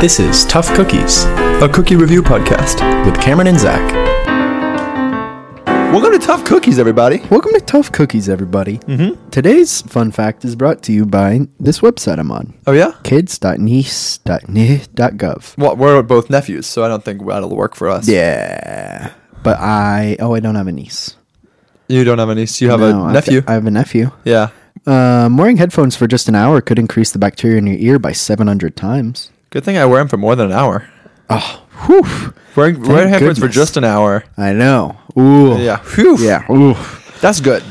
This is Tough Cookies, a cookie review podcast with Cameron and Zach. Welcome to Tough Cookies, everybody. Welcome to Tough Cookies, everybody. Mm-hmm. Today's fun fact is brought to you by this website I'm on, Oh yeah. kids.nice.nih.gov. Well, we're both nephews, so I don't think that'll work for us. Yeah, but I oh I don't have a niece. You don't have a niece. You have No, a I've- nephew. I have a nephew. yeah. Um, wearing headphones for just an hour could increase the bacteria in your ear by 700 times. Good thing I wear them for more than an hour. Ah. Oh, whew. Wearing wearing headphones for goodness. just an hour. I know. Ooh. Yeah. Phew. Yeah. Ooh. That's good.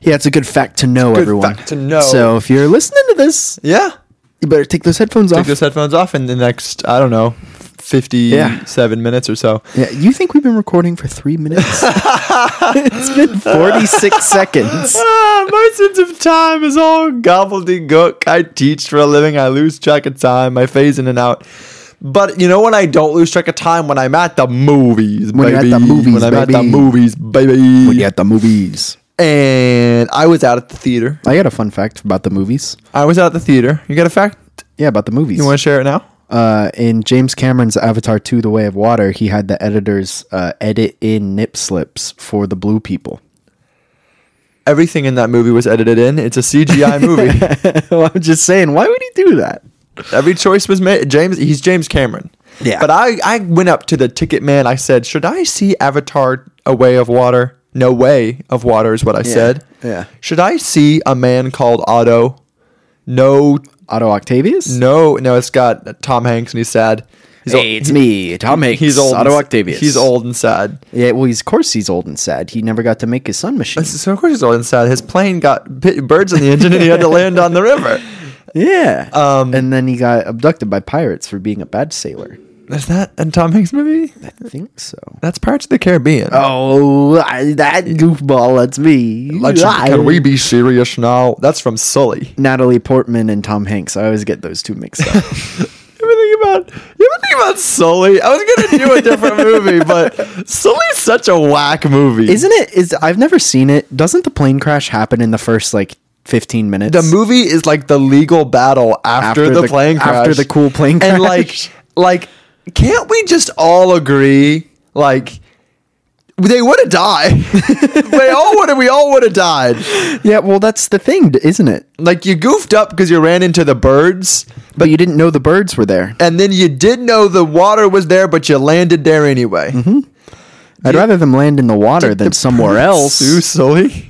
Yeah, it's a good fact to know, Good everyone. fact to know. So if you're listening to this, Yeah. you better take those headphones Take off. those headphones off in the next, I don't know, 57 minutes or so. Yeah, you think we've been recording for three minutes? it's been 46 seconds. Ah, my sense of time is all gobbledygook. I teach for a living. I lose track of time. I phase in and out. But you know when I don't lose track of time? When I'm at the movies, When you're at baby. the movies, When I'm at the baby. movies, baby. When you're at the movies. And I was out at the theater. I got a fun fact about the movies. I was out at the theater. You got a fact? Yeah, about the movies. You want to share it now? uh, in James Cameron's Avatar 2 The Way of Water, he had the editors uh, edit in nip slips for the blue people. Everything in that movie was edited in. It's a CGI movie. well, I'm just saying, why would he do that? Every choice was made. James, he's James Cameron. Yeah. But I, I went up to the ticket man. I said, "Should I see Avatar: A Way of Water?" No way of water is what I said. yeah. Should I see a man called Otto? No, Otto Octavius? no, no. It's got Tom Hanks and he's sad. He's old- Hey, it's me, Tom Hanks. He's old. Otto and- Octavius. He's old and sad. Yeah, well, he's, of course he's old and sad. He never got to make his sun machine. So of course he's old and sad. His plane got bit, birds in the engine and he had to land on the river. Yeah. Um, and then he got abducted by pirates for being a bad sailor. Is that a Tom Hanks movie? I think so. That's Pirates of the Caribbean. Oh, I, that goofball, that's me. Let's- I- can we be serious now? That's from Sully. Natalie Portman and Tom Hanks. I always get those two mixed up. You ever think about you ever think about Sully? I was gonna do a different movie, but Sully's such a whack movie. Isn't it? Is I've never seen it. Doesn't the plane crash happen in the first like fifteen minutes? the movie is like the legal battle after, After the, the- plane crash, after the cool plane and crash. like like can't we just all agree like they would have died. they all would have. We all would have died. Yeah. Well, that's the thing, isn't it? Like you goofed up because you ran into the birds, But you didn't know the birds were there. and then you did know the water was there, but you landed there anyway. I'd rather them land in the water than somewhere else. Sue Sully.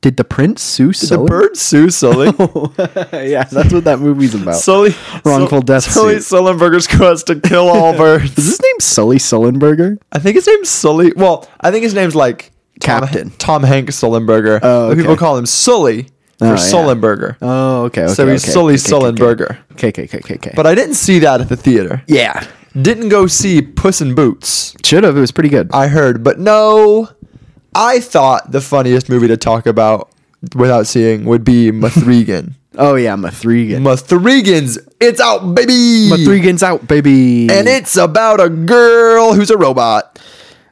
Did the prince sue The Sully? bird Sue Sully. Oh. yeah, that's what that movie's about. Sully Wrongful Sul- death Sully Sullenberger's quest to kill all Is birds. his name Sully Sullenberger? I think his name's Sully. Well, I think his name's like Tom- Captain. Tom, Hanks Sullenberger. Oh, But People okay. call him Sully for Oh, yeah. Sullenberger. Oh, okay. So okay, he's okay, Sully okay, Sullenberger. Okay, okay, okay, okay. okay. But I didn't see that at the theater. yeah, Didn't go see Puss in Boots. should have. It was pretty good. I heard, but no. I thought the funniest movie to talk about without seeing would be Mathregan. oh yeah, Mm. Mathregan. Mathregan's It's Out, baby! Mathregan's out, baby. and it's about a girl who's a robot.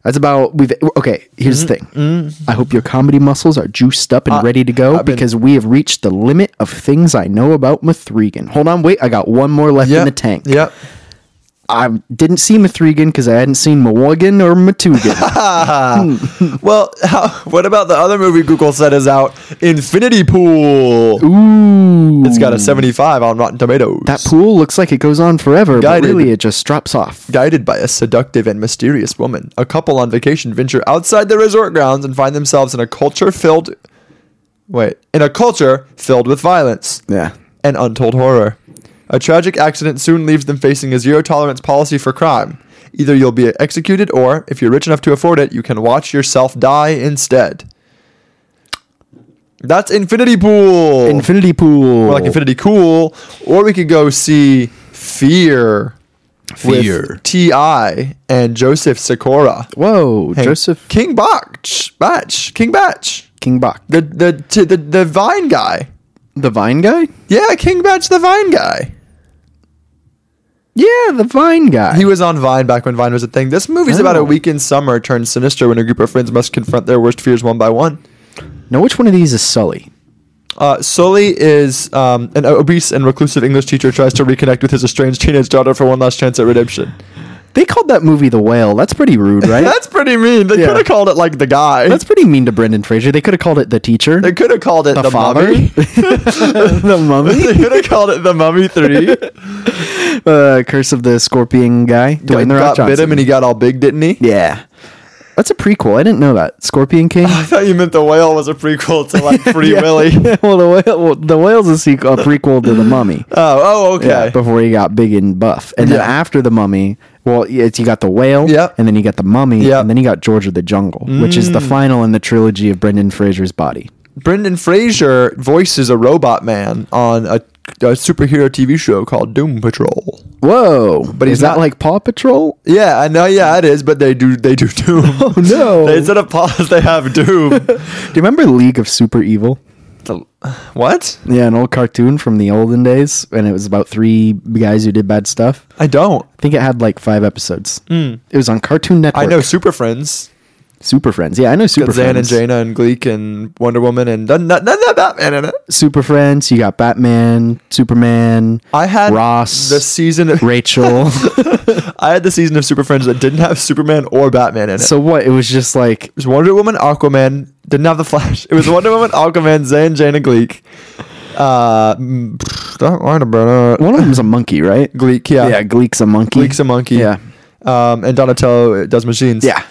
that's about we've. Okay, here's Mm, the thing. I hope your comedy muscles are juiced up and ready to go Uh, I've been- because we have reached the limit of things I know about Mathregan. Hold on, wait. I got one more left in the tank. Yep. I didn't see Mathregan because I hadn't seen Mawagan or Matugan. Well, how, what about the other movie Google said is out? Infinity Pool. Ooh, It's got a 75 on Rotten Tomatoes. that pool looks like it goes on forever, Guided. but really it just drops off. Guided by a seductive and mysterious woman, a couple on vacation venture outside the resort grounds and find themselves in a culture filled wait, in a culture filled with violence Yeah. and untold horror. A tragic accident soon leaves them facing a zero tolerance policy for crime. Either you'll be executed or if you're rich enough to afford it, you can watch yourself die instead. That's Infinity Pool. Infinity Pool. or like Infinity Cool, or we could go see Fear. Fear. With T.I. and Joseph Sikora. Whoa, Hey, Joseph King Batch. Batch. King Batch. King Bach. The, the, t- the, the Vine guy. The Vine guy? Yeah, King Batch the Vine guy. Yeah, the Vine guy. He was on Vine back when Vine was a thing. This movie's Oh. about a weekend summer turned sinister when a group of friends must confront their worst fears one by one. now, which one of these is Sully? Uh, Sully is um, an obese and reclusive English teacher tries to reconnect with his estranged teenage daughter for one last chance at redemption. They called that movie The Whale. That's pretty rude, right? That's pretty mean. They Yeah. could have called it like the guy. That's pretty mean to Brendan Fraser. They could have called it The Teacher, they could have called it the, The, Father, mummy. The Mummy, they could have called it the mummy three. uh, Curse of the Scorpion guy, Dwayne The Rock got bit Johnson. him and he got all big, didn't he? yeah, that's a prequel. I didn't know that. Scorpion King. I thought you meant the whale was a prequel to like Free Willy. Oh, well, the whale, well, the whale's a sequel, a prequel to The Mummy. oh, okay. Yeah, before he got big and buff, and then Yeah. after the mummy, well, it's you got the whale, Yep. and then you got the mummy, Yep. and then you got George of the Jungle, which is the final in the trilogy of Brendan Fraser's body. Brendan Fraser voices a robot man on a, a superhero TV show called Doom Patrol. Whoa! But he's is that not- like Paw Patrol? Yeah, I know. Yeah, it is, but they do they do Doom. Oh no. they, instead of pause, they have Doom. Do you remember League of Super Evil? The- what? Yeah, an old cartoon from the olden days, and it was about three guys who did bad stuff. I don't. I think it had like five episodes. It was on Cartoon Network. I know Super Friends. Super Friends. Yeah, I know Super Got Zan and Friends. Jaina and Gleek and Wonder Woman and none, none, none of Batman in it. Super Friends. You got Batman, Superman. I had Ross, the season. Of, Rachel. I had the season of Super Friends that didn't have Superman or Batman in it. so what? It was just like It was Wonder Woman, Aquaman. Didn't have the Flash. It was Wonder Woman, Aquaman, Zan, Jane, and Gleek. Uh, mm, pfft, don't mind about it. one of them's a monkey, right? Gleek, yeah. yeah, Gleek's a monkey. Gleek's a monkey. Yeah, Um, and Donatello does machines. yeah,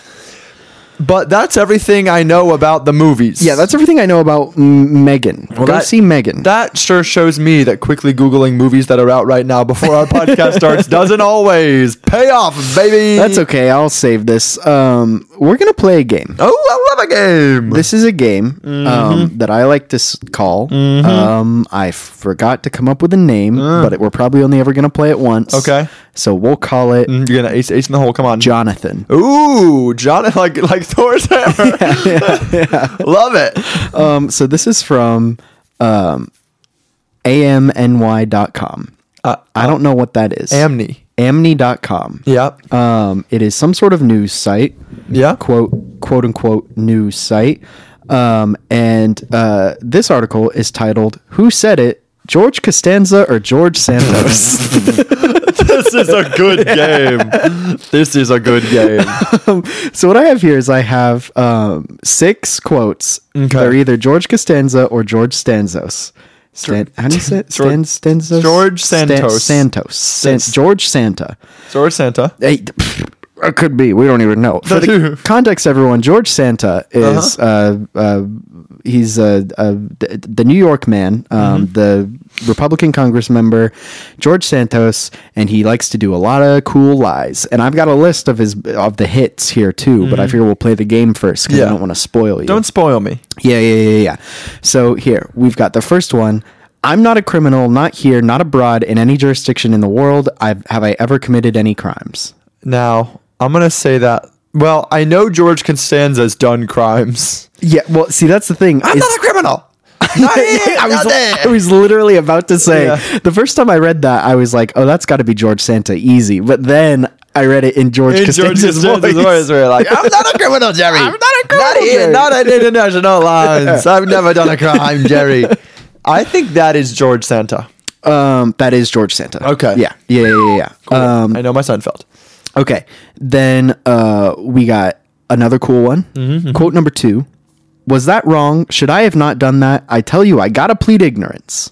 But that's everything I know about the movies. yeah. That's everything I know about M- Megan. Go that- see Megan. that sure shows me that quickly googling movies that are out right now before our podcast starts doesn't always pay off, baby. that's okay. I'll save this. Um, we're gonna play a game. Oh, I love a game. This is a game Mm-hmm. um, that I like to s- call. Um, I forgot to come up with a name, but it, we're probably only ever gonna play it once. Mm. Okay. So we'll call it Mm, You're gonna ace ace in the hole. Come on. Jonathan. Ooh, John, like like Thor's hammer. Love it. Um, so this is from um, amny.com. Uh, I don't know what that is. Amni. Amni.com. Yep. Um, it is some sort of news site, Yeah. quote, quote unquote, news site. Um, and uh, this article is titled Who Said It? George Costanza or George Santos? this is a good game. This is a good game. Um, so, what I have here is I have um, six quotes. They're either George Costanza or George Stanzos. Stan- how do you say it? George- Stan- Stanzos? George Stan- Santos. Santos. San- Sans- George Santa. George Santa. Hey, pfft, it could be. We don't even know. For the context, everyone, George Santa is Uh-huh. uh uh, he's uh, uh, th- the New York man, um, Mm-hmm. the Republican Congress member, George Santos, and he likes to do a lot of cool lies. And I've got a list of his of the hits here too, but I figure we'll play the game first because Mm-hmm. Yeah. I don't want to spoil you. Don't spoil me. Yeah, yeah, yeah, yeah. So here we've got the first one. I'm not a criminal, not here, not abroad, in any jurisdiction in the world. I've, have I ever committed any crimes? Now, I'm gonna say that. Well, I know George Costanza's done crimes. Yeah, well, see, that's the thing. I'm is- not a criminal. I, was, I was, was literally about to say Yeah. the first time I read that, I was like, "Oh, that's got to be George Santa, easy." But then I read it in George George Costanza's Costanza's voice. voice where like, I'm not a criminal, Jerry. I'm not a criminal. Not, here, Jerry." not at international lines. I've never done a crime, Jerry. I think that is George Santa. Um, that is George Santa. Okay. Yeah. Yeah. Yeah. Yeah. yeah. Um, I know my Seinfeld. okay. Then uh, we got another cool one. Mm-hmm, Quote number two: Was that wrong? Should I have not done that? I tell you, I gotta plead ignorance.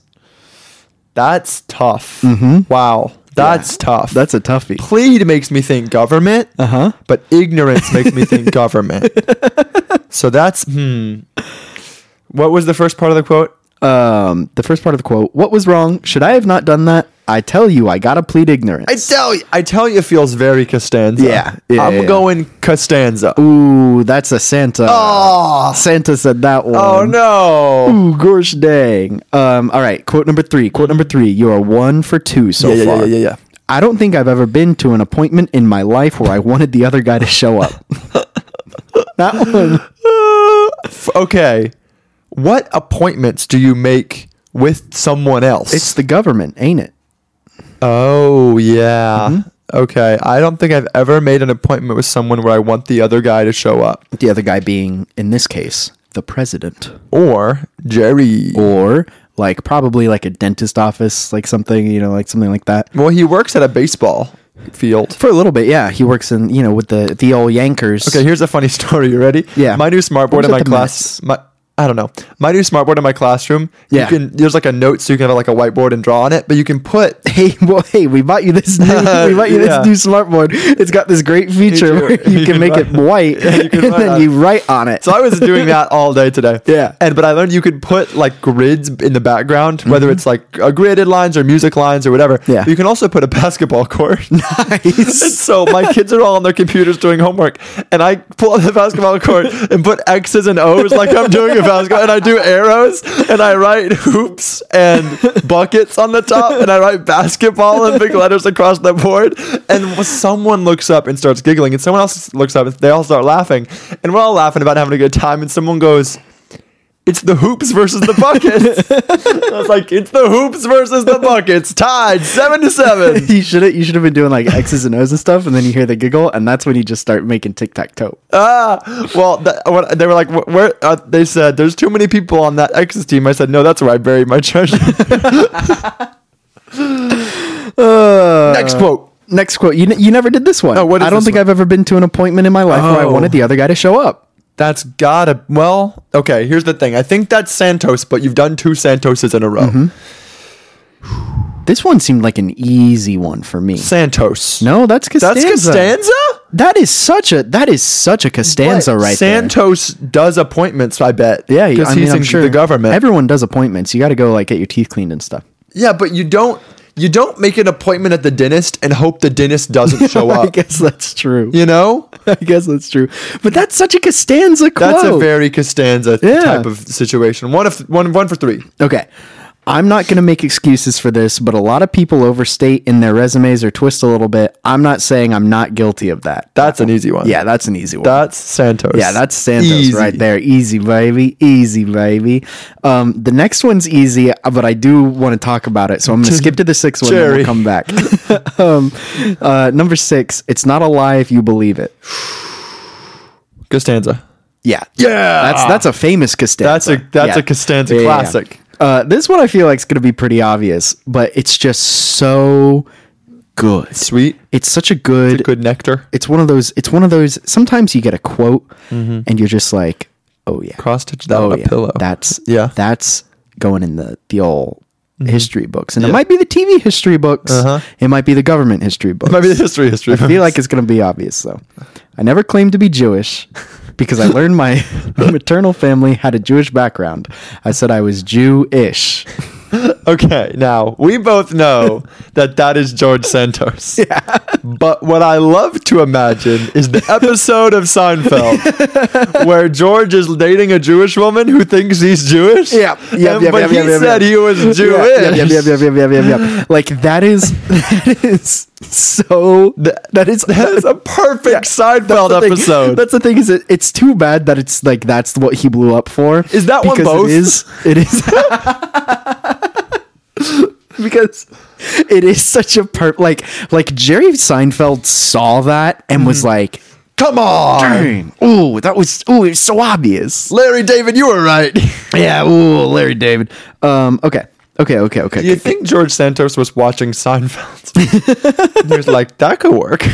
That's tough. Mm-hmm. Wow. That's tough. That's a toughie. plead makes me think government, uh-huh. but ignorance makes me think government. So that's hmm. What was the first part of the quote? Um, the first part of the quote: What was wrong? Should I have not done that? I tell you, I gotta plead ignorance. tell you, I tell you, feels very Costanza. Yeah, yeah, I'm yeah. going Costanza. Ooh, that's a Santa. Oh, Santa said that one. oh no. Ooh, gosh dang. Um, all right, quote number three. Quote number three. You are one for two so Yeah, yeah, far. yeah, yeah, yeah. I don't think I've ever been to an appointment in my life where I wanted the other guy to show up. that one. F- okay, what appointments do you make with someone else? It's the government, ain't it? oh yeah. Mm-hmm. Okay, I don't think I've ever made an appointment with someone where I want the other guy to show up. The other guy being, in this case, the president or Jerry. or like probably like a dentist office, like something, you know, like something like that. Well, he works at a baseball field. For a little bit, yeah. He works in, you know, with the the old Yankers. Okay, here's a funny story. You ready? Yeah. My new What smartboard was in it, my the class. My, I don't know. My new smartboard in my classroom. Yeah. You can, there's like a note, so you can have like a whiteboard and draw on it, but you can put Hey, well, hey, we bought you this new, we bought you Yeah. this new smartboard. It's got this great feature Feature. where you, can You can make write- it white Yeah, you can and write then on you it. write on it. So I was doing that all day today. Yeah. And but I learned you could put like grids in the background, whether it's like uh, gridded lines or music lines or whatever. Mm-hmm. Yeah. You can also put a basketball court. And nice. so my kids are all on their computers doing homework, and I pull up the basketball court and put X's and O's like I'm doing a basketball, and I do arrows, and I write hoops and buckets on the top, and I write basketball in big letters across the board, and someone looks up and starts giggling, and someone else looks up and they all start laughing, and we're all laughing about having a good time, and someone goes. It's the hoops versus the buckets. I was like, it's the hoops versus the buckets, tied seven to seven. you should have you should have been doing like X's and O's and stuff, and then you hear the giggle, and that's when you just start making tic tac toe. ah, well, that, what, they were like, "Wh- where? Uh, they said, there's too many people on that X's team. I said, no, that's where I buried my treasure. Next quote. Next quote. You, n- you never did this one. Uh. Oh, what is I don't this think one? I've ever been to an appointment in my life where I Oh. wanted the other guy to show up. That's gotta, well, okay, here's the thing. I think that's Santos, but you've done two Santoses in a row. Mm-hmm. This one seemed like an easy one for me. Santos. No, that's Costanza. That's Costanza? That is such a that is such a Costanza But right there. Santos does appointments, I bet. Yeah, because I mean, he's I'm in sure the government. Everyone does appointments. You got to go like get your teeth cleaned and stuff. yeah, but you don't you don't make an appointment at the dentist and hope the dentist doesn't show I up. guess that's true. You know? I guess that's true. But that's such a Costanza quote. That's a very Costanza Yeah. type of situation. One of one one for three. okay. I'm not going to make excuses for this, but a lot of people overstate in their resumes or twist a little bit. I'm not saying I'm not guilty of that. That's an easy one. yeah, that's an easy one. that's Santos. Yeah, that's Santos Easy. right there. Easy, baby. Easy, baby. Um, the next one's easy, uh, but I do want to talk about it. So I'm going to skip to the sixth one and Jerry. we'll come back. um, uh, number six, it's not a lie if you believe it. Costanza. Yeah. Yeah. That's that's a famous Costanza. That's a that's Yeah. a Costanza Yeah, yeah, yeah. classic. Uh, this one I feel like is going to be pretty obvious, but it's just so good. Sweet. It's such a good Good nectar. it's one of those it's one of those sometimes you get a quote and you're just like oh yeah Mm-hmm. Cross stitch that on a pillow. that's Yeah. Mm-hmm. that's going in the the old history books and it might be the tv history books Uh-huh. it might be the government history books Maybe the history history. i feel like it's going to be obvious though i never claimed to be jewish because i learned my maternal family had a jewish background i said i was jewish Okay, now we both know that that is George Santos. But what I love to imagine is the episode of Seinfeld where George is dating a Jewish woman who thinks he's Jewish. Yeah, yeah, And- yeah, but yeah, he yeah, yeah, said yeah. he was Jewish. Yeah, yeah, yeah, yeah, yeah, yeah, yeah, yeah. Like that is that is so that is That is a perfect Seinfeld the thing- episode. That's the thing is it, it's too bad that it's like that's what he blew up for. Is that one because both? It is. It is. because it is such a part like like Jerry Seinfeld saw that and was like, Come on. "Dang, Mm. ooh, that was ooh, it's so obvious." Larry David, you were right. Yeah, ooh, Larry David. Um, okay. Okay, okay, okay. you think George Santos was watching Seinfeld? And he was like, that could work.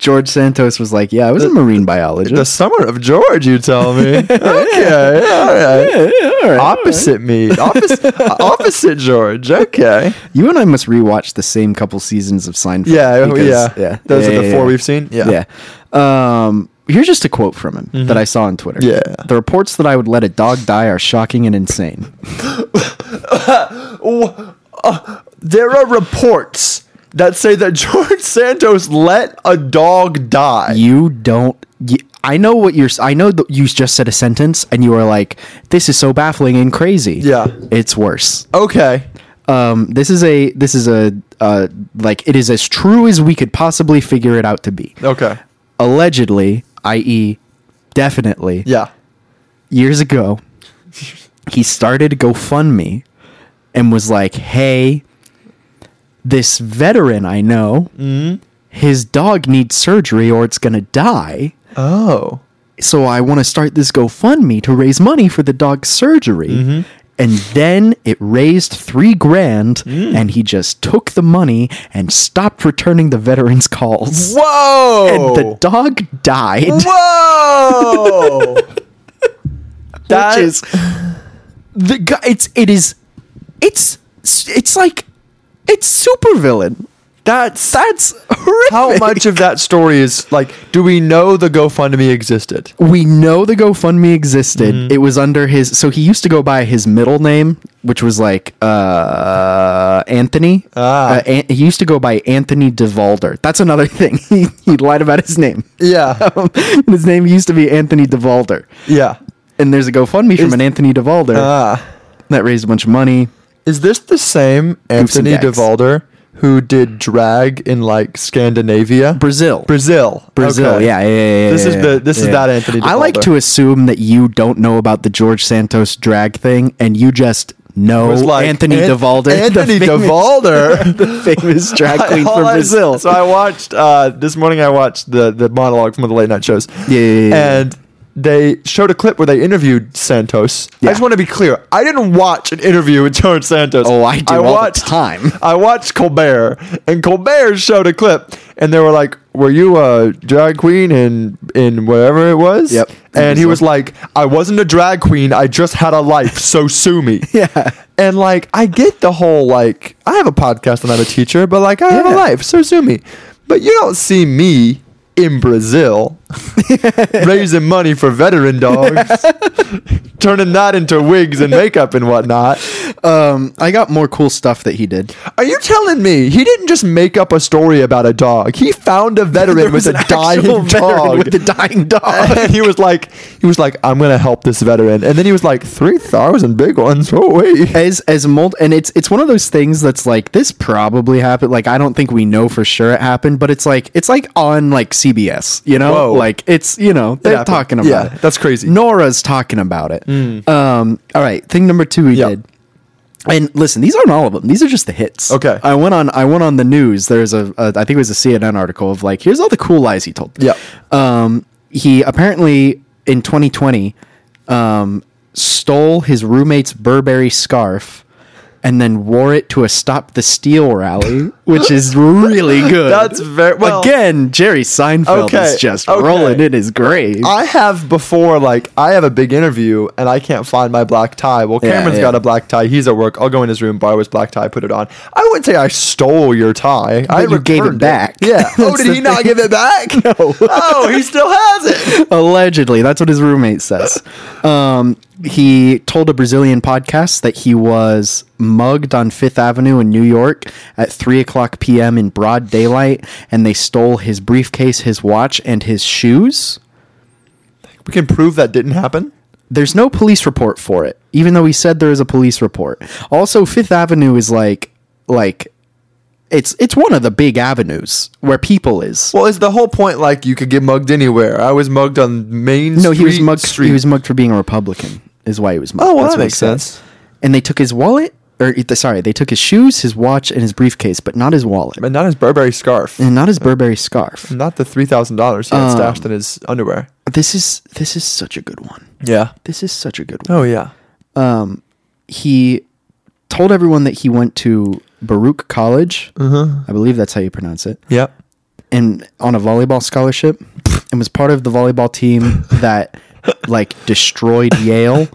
George Santos was like, "Yeah, I was a marine biologist." The summer of George, you tell me. okay, all right. opposite me, opposite, opposite George. Okay. You and I must rewatch the same couple seasons of Seinfeld. Yeah, oh, because- yeah. Those are the four we've seen? Yeah. Yeah. Mm-hmm. yeah. Um, here's just a quote from him that I saw on Twitter. Yeah. The reports that I would let a dog die are shocking and insane. There are reports that say that George Santos let a dog die. You don't. y I I know what you're. s- I know that you just said a sentence and you were like, "This is so baffling and crazy." Yeah. It's worse. Okay. Um, this is a. This is a. Uh, like it is as true as we could possibly figure it out to be. Okay. allegedly, i.e., definitely, Yeah. years ago, he started GoFundMe and was like, hey, this veteran I know, his dog needs surgery or it's going to die. Oh. so I want to start this GoFundMe to raise money for the dog's surgery. And then it raised three grand, and he just took the money and stopped returning the veterans' calls. Whoa! And the dog died, Whoa! that which is the guy. It's it is, it's it's like it's supervillain. that's That's horrific. how much of that story is like. Do we know the GoFundMe existed? we know the GoFundMe existed. It was under his so he used to go by his middle name, which was like uh Anthony. Ah. Uh, An- he used to go by Anthony DeValder. That's another thing. he, he lied about his name. Yeah, his name used to be Anthony DeValder. yeah. And there's a GoFundMe from Is- an Anthony DeValder Ah, that raised a bunch of money. is this the same and Anthony gags. DeValder who did drag in like Scandinavia, Brazil. Brazil, Brazil, Okay. yeah, yeah, yeah, yeah, This is yeah, the- this is yeah. that Anthony I like DeValder. to assume that you don't know about the George Santos drag thing, and you just know Was like, Anthony An- DeValder, the Anthony famous- DeValder. the famous drag queen All from I- Brazil. So I watched uh, this morning. I watched the the monologue from one of the late night shows. Yeah, yeah, yeah, yeah. and. They showed a clip where they interviewed Santos. Yeah. I just want to be clear. I didn't watch an interview with George Santos. Oh, I do all the time. I watched Colbert, and Colbert showed a clip, and they were like, "Were you a drag queen in in whatever it was?" Yep. And he Brazil. was like, "I wasn't a drag queen. I just had a life. So sue me." yeah, And like, I get the whole like, I have a podcast and I'm a teacher, but like, I have a Yeah. life, so sue me. But you don't see me in Brazil raising money for veteran dogs, turning that into wigs and makeup and whatnot. um, I got more cool stuff that he did. Are you telling me he didn't just make up a story about a dog? He found a veteran with a dying dog. with a dying dog. and he was like, he was like, I'm gonna help this veteran, and then he was like, three thousand big ones. Oh wait, As as mold, and it's it's one of those things that's like this probably happened. Like I don't think we know for sure it happened, but it's like it's like on like CBS, you know, Whoa. like it's you know they're happened. talking about Yeah, it. that's crazy. Hmm. Nora's talking about it. Um, all right, thing number two we Yep. did. And listen, these aren't all of them. These are just the hits. Okay. I went on. I went on the news. There's a, a. I think it was a CNN article of like, here's all the cool lies he told. Yep. Um. He apparently in 2020, um, stole his roommate's Burberry scarf, and then wore it to a Stop the Steal rally, which is really good. That's very- well- again. Jerry Seinfeld Okay, is just okay. rolling in his grave. I have before, like, I have a big interview and I can't find my black tie. Well, Yeah, Cameron's yeah. got a black tie. He's at work. I'll go in his room, borrow his black tie, put it on. I wouldn't say I stole your tie. I you gave it returned back. Yeah. oh, That's did the he not thing. give it back? No. oh, he still has it. Allegedly, that's what his roommate says. Um, he told a Brazilian podcast that he was mugged on Fifth Avenue in New York at three o'clock p.m. in broad daylight, and they stole his briefcase, his watch, and his shoes. We can prove that didn't happen. There's no police report for it, even though he said there is a police report. Also, Fifth Avenue is like, like, it's it's one of the big avenues where people is. Well, is the whole point like you could get mugged anywhere? I was mugged on Main Street. no, he was mugged. Street. He was mugged for being a Republican. Is why he was mugged. Oh, well, That's that what he makes said. sense. and they took his wallet or eh, sorry they took his shoes his watch and his briefcase but not his wallet But not his Burberry scarf. and not his burberry scarf Not the three thousand dollars he had Oh. stashed in his underwear. this is this is such a good one Yeah. this is such a good one Oh yeah. he told everyone that he went to baruch college Uh-huh. i believe that's how you pronounce it Yep. and on a volleyball scholarship and was part of the volleyball team that like destroyed yale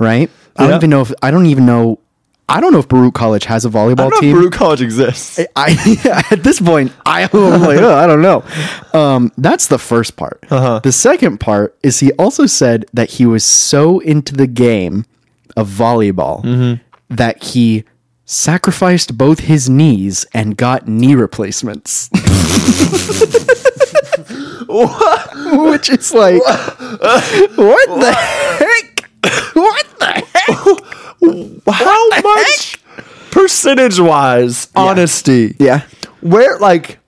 right i don't Yeah. even know if i don't even know i don't know if baruch college has a volleyball I don't know team if Baruch College exists. I at this point I, am like oh, I don't know. Um, that's the first part. Uh-huh. The second part is he also said that he was so into the game of volleyball Mm-hmm. that he sacrificed both his knees and got knee replacements. Which is like what the heck? What the heck? How much percentage wise honesty? Yeah. Where like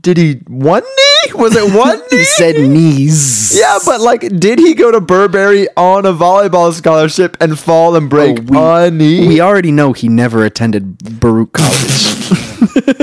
did he one knee? Was it one knee? He said knees. Yeah, but like did he go to Burberry on a volleyball scholarship and fall and break Oh, we- a knee? We already know he never attended Baruch College.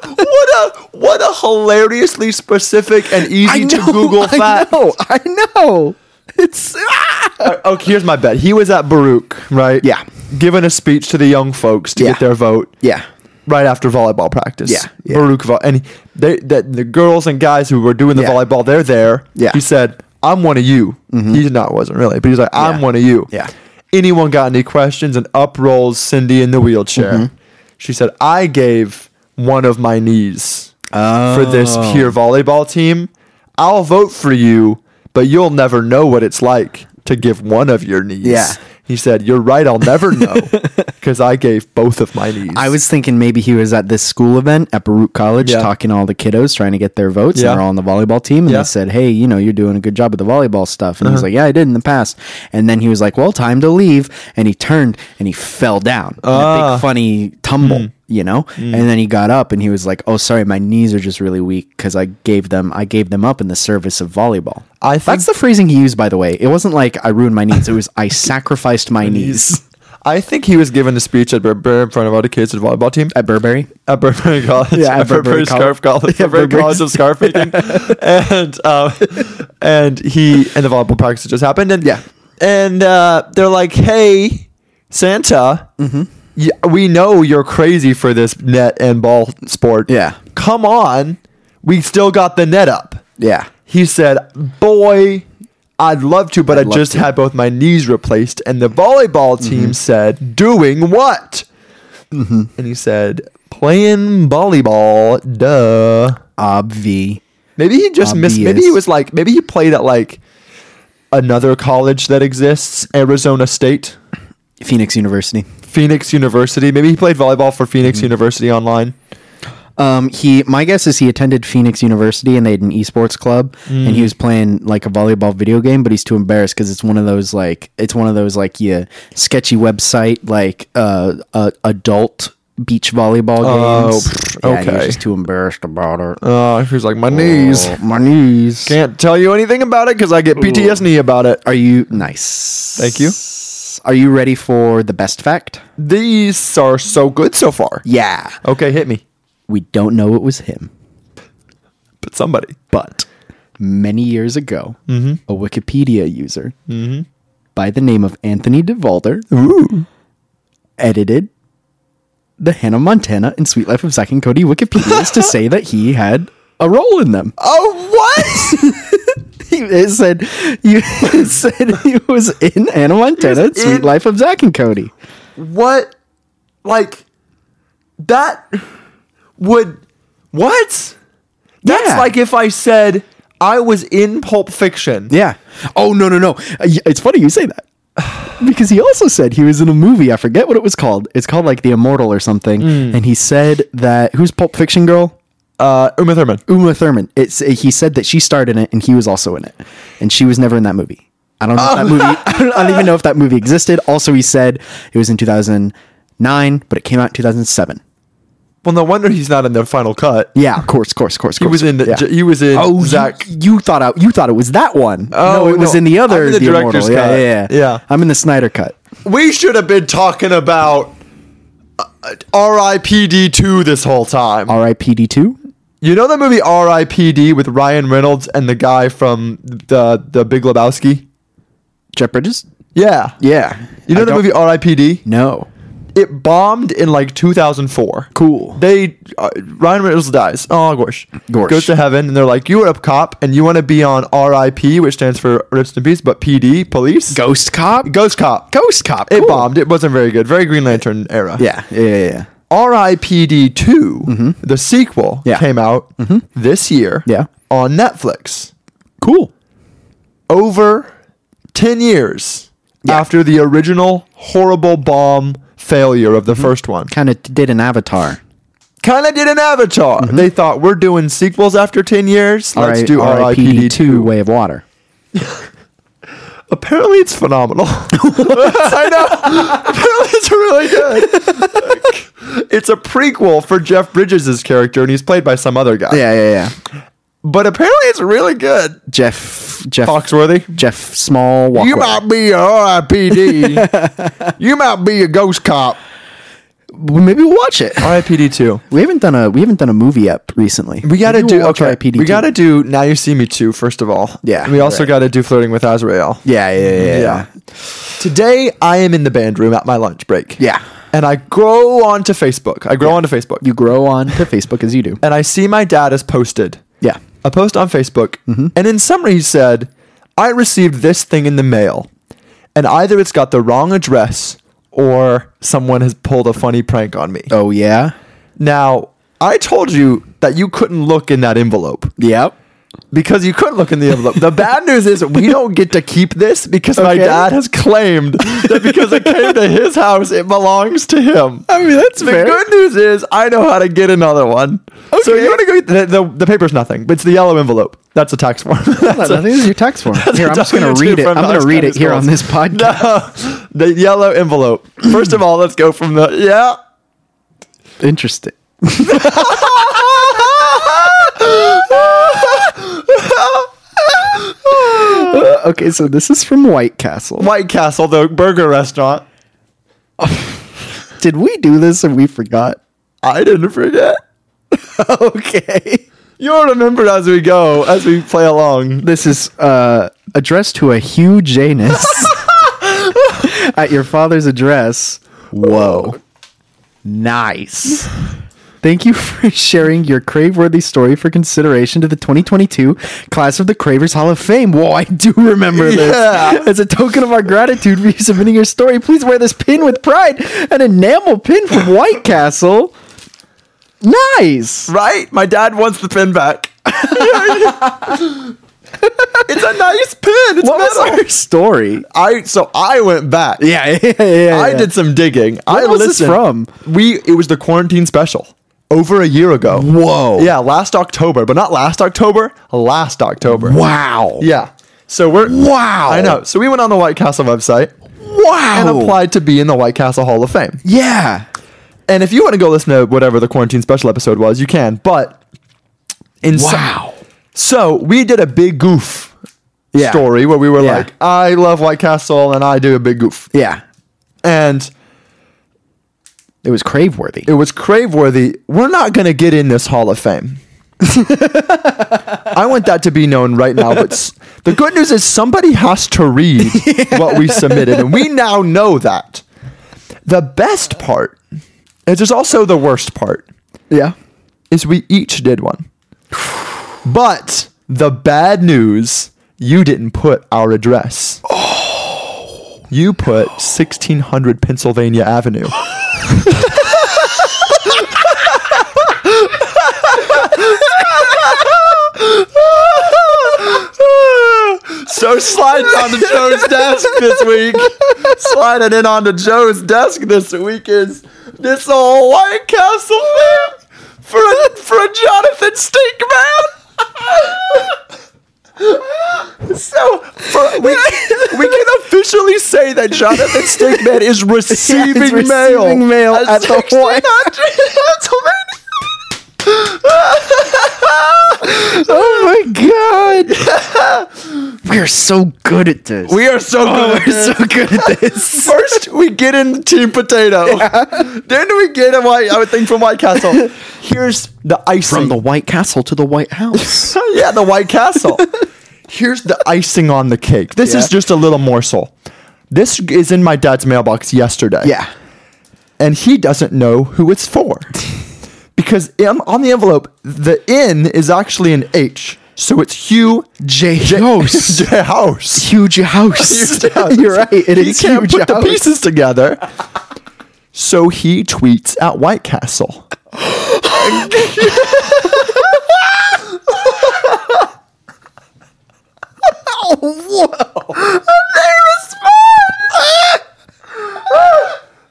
what a what a hilariously specific and easy to Google fact. know. I know. It's ah! Okay, here's my bet. He was at Baruch, right? Yeah. Giving a speech to the young folks to Yeah. get their vote. yeah. Right after volleyball practice. Yeah, yeah. Baruch vo- and they, the, the girls and guys who were doing the Yeah. volleyball, they're there. Yeah. Mm-hmm. He said, "I'm one of you." He's not wasn't really, but he's like, "I'm Yeah. one of you." Yeah. Anyone got any questions? And up rolls Cindy in the wheelchair. Mm-hmm. She said, "I gave one of my knees for this Oh. pure volleyball team. I'll vote for you, but you'll never know what it's like to give one of your knees." Yeah. He said, "You're right. I'll never know because I gave both of my knees." I was thinking maybe he was at this school event at Baruch College Yeah. talking to all the kiddos trying to get their votes Yeah. and they're all on the volleyball team and Yeah. Uh-huh. they said, Hey, you know, you're doing a good job with the volleyball stuff and he's like, Yeah, I did in the past and then he was like, Well, time to leave and he turned and he fell down. in a Ah. Mm. big funny tumble. You know, and then he got up and he was like, "Oh, sorry, my knees are just really weak because I gave them I gave them up in the service of volleyball." I think- that's the phrasing he used, by the way. It wasn't like I ruined my knees; it was I sacrificed my knees I think he was given a speech at Burberry in front of all the kids at the volleyball team at Burberry. at Burberry College. Yeah, at, at Burberry, Burberry Scarf Col- College. Yeah, Burberry, Burberry. College of Scarf Making. and um, and he and the volleyball practice that just happened. And Yeah. and uh, they're like, "Hey, Santa, yeah, we know you're crazy for this net and ball sport. Yeah. come on, we still got the net up." Yeah, He said, "Boy, I'd love to, but i love just to." Mm-hmm. had both my knees replaced." And the volleyball team said, "Doing what?" And he said, "Playing volleyball." Duh. obvi. Maybe he just missed. Maybe he Obvious. was like. Maybe he played at like another college that exists, Arizona State, Phoenix University. Phoenix University. Maybe he played volleyball for Mm-hmm. Phoenix University online. Um, he, my guess is he attended Phoenix University and they had an esports club, and Mm. he was playing like a volleyball video game, but he's too embarrassed because it's one of those like it's one of those like yeah sketchy website like uh, uh adult beach volleyball Oh, games. pfft, Yeah, he was okay. just too embarrassed about it. Uh, he was like, my knees. Oh, my knees. Can't tell you anything about it because I get PTSD about it. Are you nice? Thank you. Are you ready for the best fact? These are so good so far. Yeah. Okay, hit me. We don't know it was him. But somebody. But many years ago, a Wikipedia user by the name of Anthony DeValder edited the Hannah Montana and Sweet Life of Zack and Cody Wikipedias to say that he had a role in them. Oh, what? He it said, you it said he was in Hannah Montana and Sweet in- Life of Zack and Cody. what? Like, that would. What? That's Yeah. like if I said I was in Pulp Fiction. Yeah. Oh no no no! Uh, y- It's funny you say that because he also said he was in a movie. I forget what it was called. It's called like The Immortal or something. Mm. And he said that who's Pulp Fiction girl? Uh, Uma Thurman. Uma Thurman. It's uh, he said that she starred in it and he was also in it, and she was never in that movie. I don't know if that Oh. movie. I don't, I don't even know if that movie existed. Also, he said it was in 2009, but it came out in 2007. Well, no wonder he's not in the final cut. Yeah, of course, course, course. He was in. The, Yeah. J- He was in. Oh, Zach. Zach, you, thought I, you thought it was that one. Oh, Oh, no, it was no. in the other. I'm in the Immortal. director's Yeah, cut. yeah, yeah, Yeah. I'm in the Snyder cut. we should have been talking about uh, uh, R.I.P.D. two this whole time. R.I.P.D. two. You know the movie R.I.P.D. with Ryan Reynolds and the guy from the the Big Lebowski? Jeff Bridges. Yeah. Yeah. You know the movie R.I.P.D. No. It bombed in like 2004. Cool. They uh, Ryan Reynolds dies. Oh gosh. Gosh. Goes to heaven and they're like, you were a cop and you want to be on R.I.P. which stands for Rest in Peace, but P.D. Police. Ghost Cop. Ghost cop. Ghost Cop. It cool. bombed. It wasn't very good. Very Green Lantern era. Yeah. Yeah. Yeah. yeah. R.I.P.D. 2, the sequel, Yeah. Mm-hmm. came out this year Yeah. on Netflix. Cool. over 10 years after the original horrible bomb failure of the Mm-hmm. first one. Kind of did an Avatar. Kind of did an Avatar. Mm-hmm. They thought we're doing sequels after 10 years. Let's R.I- do R.I.P.D. RIPD 2. Way of Water. Apparently it's phenomenal. I know. Apparently it's really good. it's a prequel for Jeff Bridges' character and he's played by some other guy. Yeah. Yeah. Yeah. But apparently it's really good. Jeff. Jeff. Foxworthy. Jeff Small. Walkway. You might be a RIPD. you might be a ghost cop, Well, maybe we'll watch it. RIPD two. We haven't done a we haven't done a movie up recently. We gotta Maybe do we'll watch okay. RIPD too. we gotta do now. You see me too. First of all, Yeah, And we also right. gotta do flirting with Azrael. Yeah, yeah, yeah, yeah. yeah. Today I am in the band room at my lunch break. Yeah. And I grow onto Facebook. I grow onto Facebook. You grow on to Facebook as you do. and I see my dad has posted Yeah. a post on Facebook, Mm-hmm. and in summary, he said, I received this thing in the mail, and either it's got the wrong address or someone has pulled a funny prank on me. Oh yeah. Now, I told you that you couldn't look in that envelope Yep. because you couldn't look in the envelope. the bad news is we don't get to keep this because my Okay. dad has claimed that because it came to his house, it belongs to him. I mean that's The good news is I know how to get another one. So Okay. you want to go? The, the the paper's nothing, but it's the yellow envelope. That's a tax form. That's I a- think this is your tax form. Here, I'm just gonna W2 read it. I'm from gonna Knox read County it here on Schools. this podcast. no, the yellow envelope. First of all, let's go from the yeah. Interesting. Uh, okay, so this is from White Castle. White Castle, the burger restaurant. Did we do this and we forgot? I didn't forget. Okay. You'll remember as we go, as we play along. This is uh, addressed to a huge anus at your father's address. Whoa. Nice. Thank you for sharing your crave-worthy story for consideration to the 2022 class of the Cravers Hall of Fame. Whoa, I do remember this. Yeah. As a token of our gratitude for you submitting your story, please wear this pin with pride, an enamel pin from White Castle. Nice. Right? My dad wants the pin back. it's a nice pin. It's What was metal. our story? I so I went back. Yeah, yeah, yeah. yeah. I did some digging. I was this listened. from? We it was the quarantine special over a year ago. Whoa. Yeah, last October, but not last October. Last October. Wow. Yeah. So we're Wow. I know. So we went on the White Castle website Wow. and applied to be in the White Castle Hall of Fame. Yeah. And if you want to go listen to whatever the quarantine special episode was, you can. But in some- Wow. so we did a big goof Yeah. story where we were Yeah. like, I love White Castle and I do a big goof. Yeah. And It was crave worthy. it was crave worthy. We're not going to get in this Hall of Fame. I want that to be known right now. But s- the good news is somebody has to read what we submitted, and we now know that. The best part, it is also the worst part, Yeah. is we each did one. But the bad news, you didn't put our address. Oh, you put 1600 Pennsylvania Avenue. So slide onto Joe's desk this week. Sliding in onto Joe's desk this week is this old White Castle man for a, for a Jonathan Stinkman. so for, we, we can officially say that Jonathan Stinkman is receiving, receiving mail, mail at the White- 1600 Oh my god. we are so good at this. We are so good. are so good at this. First, we get in Team Potato. Then we get a white, I would think from White Castle. Here's the icing. From the White Castle to the White House. yeah, the White Castle. Here's the icing on the cake. This Yeah. is just a little morsel. This is in my dad's mailbox yesterday. yeah. And he doesn't know who it's for. because in- on the envelope, the N is actually an H. So it's Hugh J House. J. House. Huge house. Huge house. You're right. It he is can't huge put house. the pieces together. So he tweets at White Castle.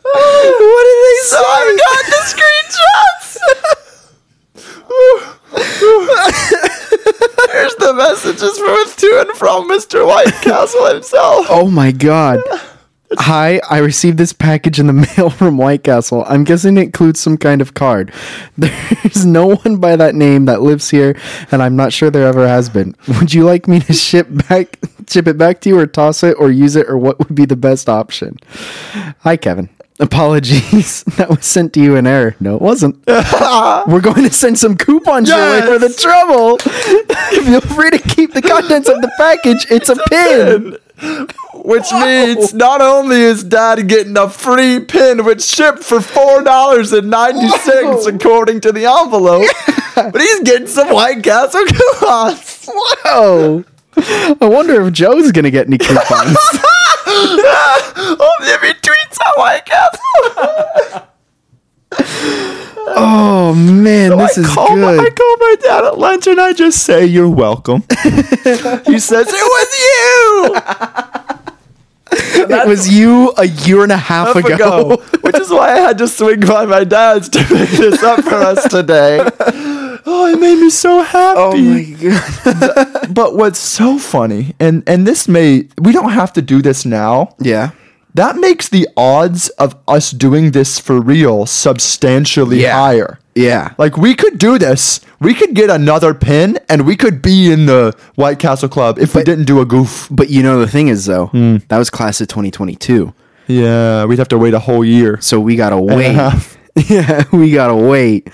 What did they So I've got the screenshots. Here's the messages from to and from Mr. White Castle himself. Oh my god. Hi, I received this package in the mail from White Castle. I'm guessing it includes some kind of card. There's no one by that name that lives here, and I'm not sure there ever has been. Would you like me to ship back ship it back to you or toss it or use it or what would be the best option? Hi Kevin. Apologies. that was sent to you in error. No, it wasn't. Oh, We're going to send some coupons your way for the Yes. trouble. Feel free to keep the contents of the package. It's, a, pin. Which means not only is dad getting a free pin, which shipped for four dollars and ninety Whoa. cents according to the envelope, but he's getting some White Castle coupons. Whoa. Oh. I wonder if Joe's going to get any coupons. Oh, if he tweets on White Castle, oh, man. this is call my, I good. call my dad at lunch and I just say, "You're welcome." he says, "It was you." It was you a year and a half half ago. ago, which is why I had to swing by my dad's to make this up for us today. Oh, it made me so happy. Oh, my God. But what's so funny, and and this may we don't have to do this now. Yeah. That makes the odds of us doing this for real substantially Yeah. higher. Yeah. Like we could do this. We could get another pin and we could be in the White Castle Club if we didn't do a goof. But you know the thing is though, that was class of 2022. Yeah, we'd have to wait a whole year. So we gotta wait. half. yeah, we gotta wait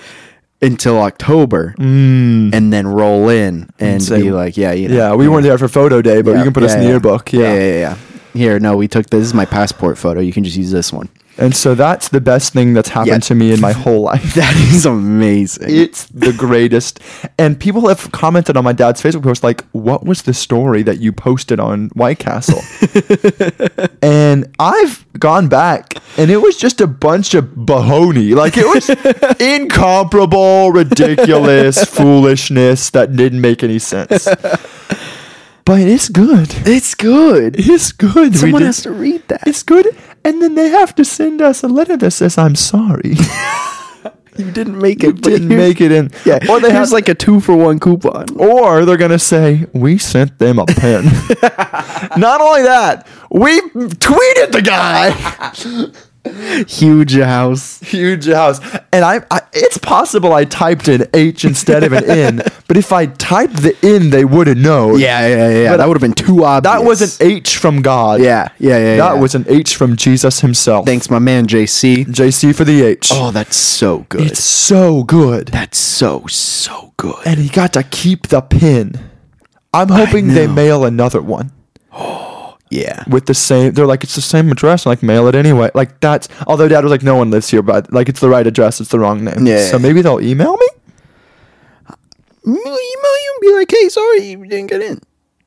until October and then roll in and say- be like, Hmm. yeah, you know, Yeah, we weren't there for photo day, but you can put us in the yeah. yearbook. yeah, yeah, yeah. Here, no, we took this is my passport photo. You can just use this one. And so that's the best thing that's happened Yeah. to me in my whole life. That is amazing. It's the greatest. And people have commented on my dad's Facebook post, like, what was the story that you posted on White Castle? and I've gone back, and it was just a bunch of bahoney. Like, it was incomparable, ridiculous foolishness that didn't make any sense. But it's good. it's good. It's good. We Someone did- has to read that. it's good. And then they have to send us a letter that says, I'm sorry. you didn't make it didn't make it in. Yeah, Or they here's have like a two for one coupon. or they're gonna say, We sent them a pen. Not only that, we tweeted the guy. Huge house. Huge house. And I, I it's possible I typed an H instead of an N, but if I typed the N, they wouldn't know. Yeah, yeah, yeah. But that would have been too obvious. That was an H from God. Yeah, yeah, yeah. That yeah. was an H from Jesus himself. Thanks, my man, JC. JC for the H. Oh, that's so good. it's so good. that's so so good. and he got to keep the pin. I'm hoping they know. mail another one Yeah, with the same. They're like, it's the same address. Like, mail it anyway. Like that's. Although Dad was like, no one lives here, but like it's the right address. It's the wrong name. Yeah. So maybe they'll email me. email you and be like, "Hey, sorry, you didn't get in."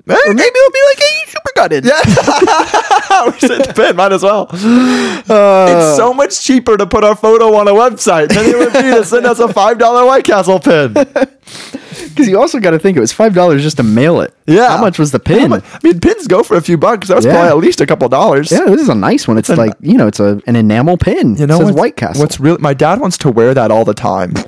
Maybe, it'll be like, "Hey, you super got in." Yeah, the pin. Might as well. Uh, it's so much cheaper to put our photo on a website than it would be to send us a five dollar White Castle pin. because you also got to think it was five dollars just to mail it. Yeah. how much was the How pin? much- I mean, pins go for a few bucks. That was Yeah. probably at least a couple dollars. yeah, this is a nice one. It's like you know, it's a an enamel pin. You know, it says what's- White Castle. What's really my dad wants to wear that all the time.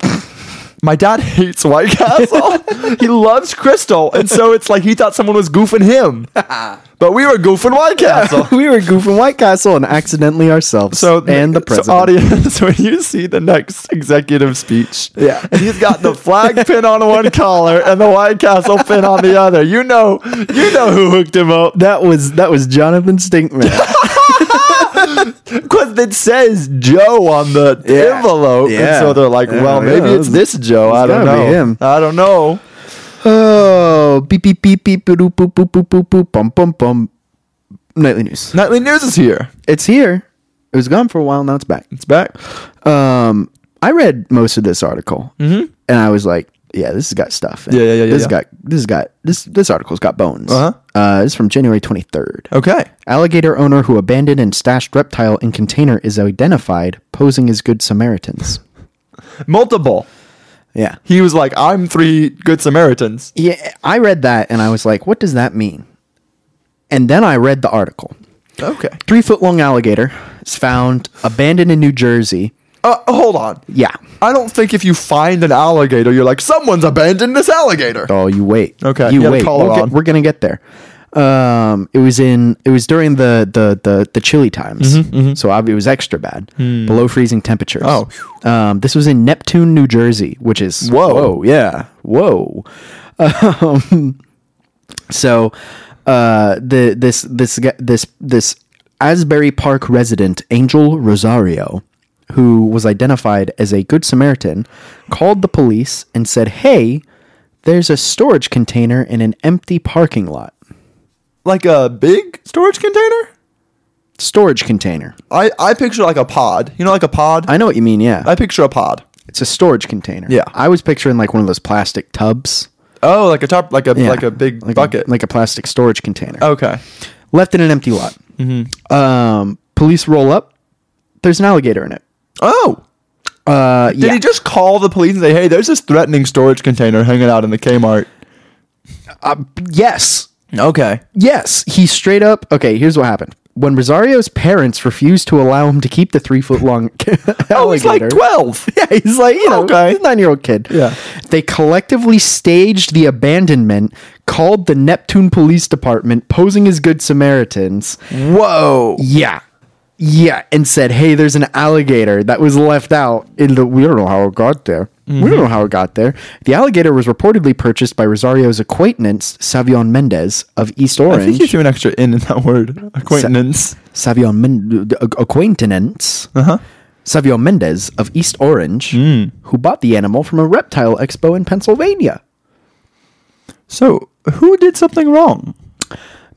my dad hates White Castle. he loves Crystal, and so it's like he thought someone was goofing him, but we were goofing White Castle. we were goofing White Castle and accidentally ourselves. So and the so president. audience, when you see the next executive speech, Yeah. and he's got the flag pin on one collar and the White Castle pin on the other. You know, you know who hooked him up. that was that was Jonathan Stinkman. Because it says Joe on the Yeah. envelope. Yeah. And so they're like, Yeah, well, maybe yeah, it's this Joe. I don't gotta be know. him. I don't know. oh, beep beep beep beep boop boop boop boop boop boop bum bum bum. Nightly news. Nightly News is here. It's here. It was gone for a while. Now it's back. It's back. Um, I read most of this article, and I was like, "Yeah, this has got stuff. in it. Mm-hmm. Yeah, yeah, yeah, This has yeah. got this has got this this article's got bones. Uh-huh. Uh, it's from January twenty third. Okay. Alligator owner who abandoned and stashed reptile in container is identified, posing as good Samaritans. Multiple. yeah, He was like, I'm three good Samaritans. yeah. I read that, and I was like, "What does that mean?" And then I read the article. Okay. Three foot long alligator is found abandoned in New Jersey. Uh, hold on. Yeah. I don't think if you find an alligator, you're like, someone's abandoned this alligator. Oh, you wait. Okay, you yeah, wait. call her We'll get- on. we're gonna get there. Um, it was in. It was during the the the, the chilly times, so ob- it was extra bad, below freezing temperatures. Mm-hmm, Hmm. Oh. um, this was in Neptune, New Jersey, which is Whoa. yeah, whoa. Um, so, uh, the this this gu- this this Asbury Park resident Angel Rosario, who was identified as a Good Samaritan, called the police and said, Hey, there's a storage container in an empty parking lot. Like a big storage container? Storage container. I, I picture like a pod. You know, like a pod? I, I know what you mean, yeah. picture a pod. It's a storage container. Yeah. I was picturing like one of those plastic tubs. Oh, like a top, like a Yeah. like a big Like bucket. Uh, like a plastic storage container. okay. Left in an empty lot. Mm-hmm. Um, police roll up. There's an alligator in it. Oh, Uh, did yeah. he just call the police and say, "Hey, there's this threatening storage container hanging out in the Kmart"? Uh, yes. Okay. Yes, he straight up. Okay, here's what happened. When Rosario's parents refused to allow him to keep the three foot long alligator, Oh, he's like twelve. yeah, he's like you know, Okay. nine year old kid. Yeah. they collectively staged the abandonment, called the Neptune Police Department, posing as good Samaritans. Whoa. Yeah. Yeah, and said, "Hey, there's an alligator that was left out in the. We don't know how it got there. Mm-hmm. We don't know how it got there. The alligator was reportedly purchased by Rosario's acquaintance Savion Mendez of East Orange. I think you threw an extra "in" in that word. Acquaintance. Savio Men- uh, acquaintance, uh-huh. Savio Mendez of East Orange, Mm. who bought the animal from a reptile expo in Pennsylvania. So, who did something wrong?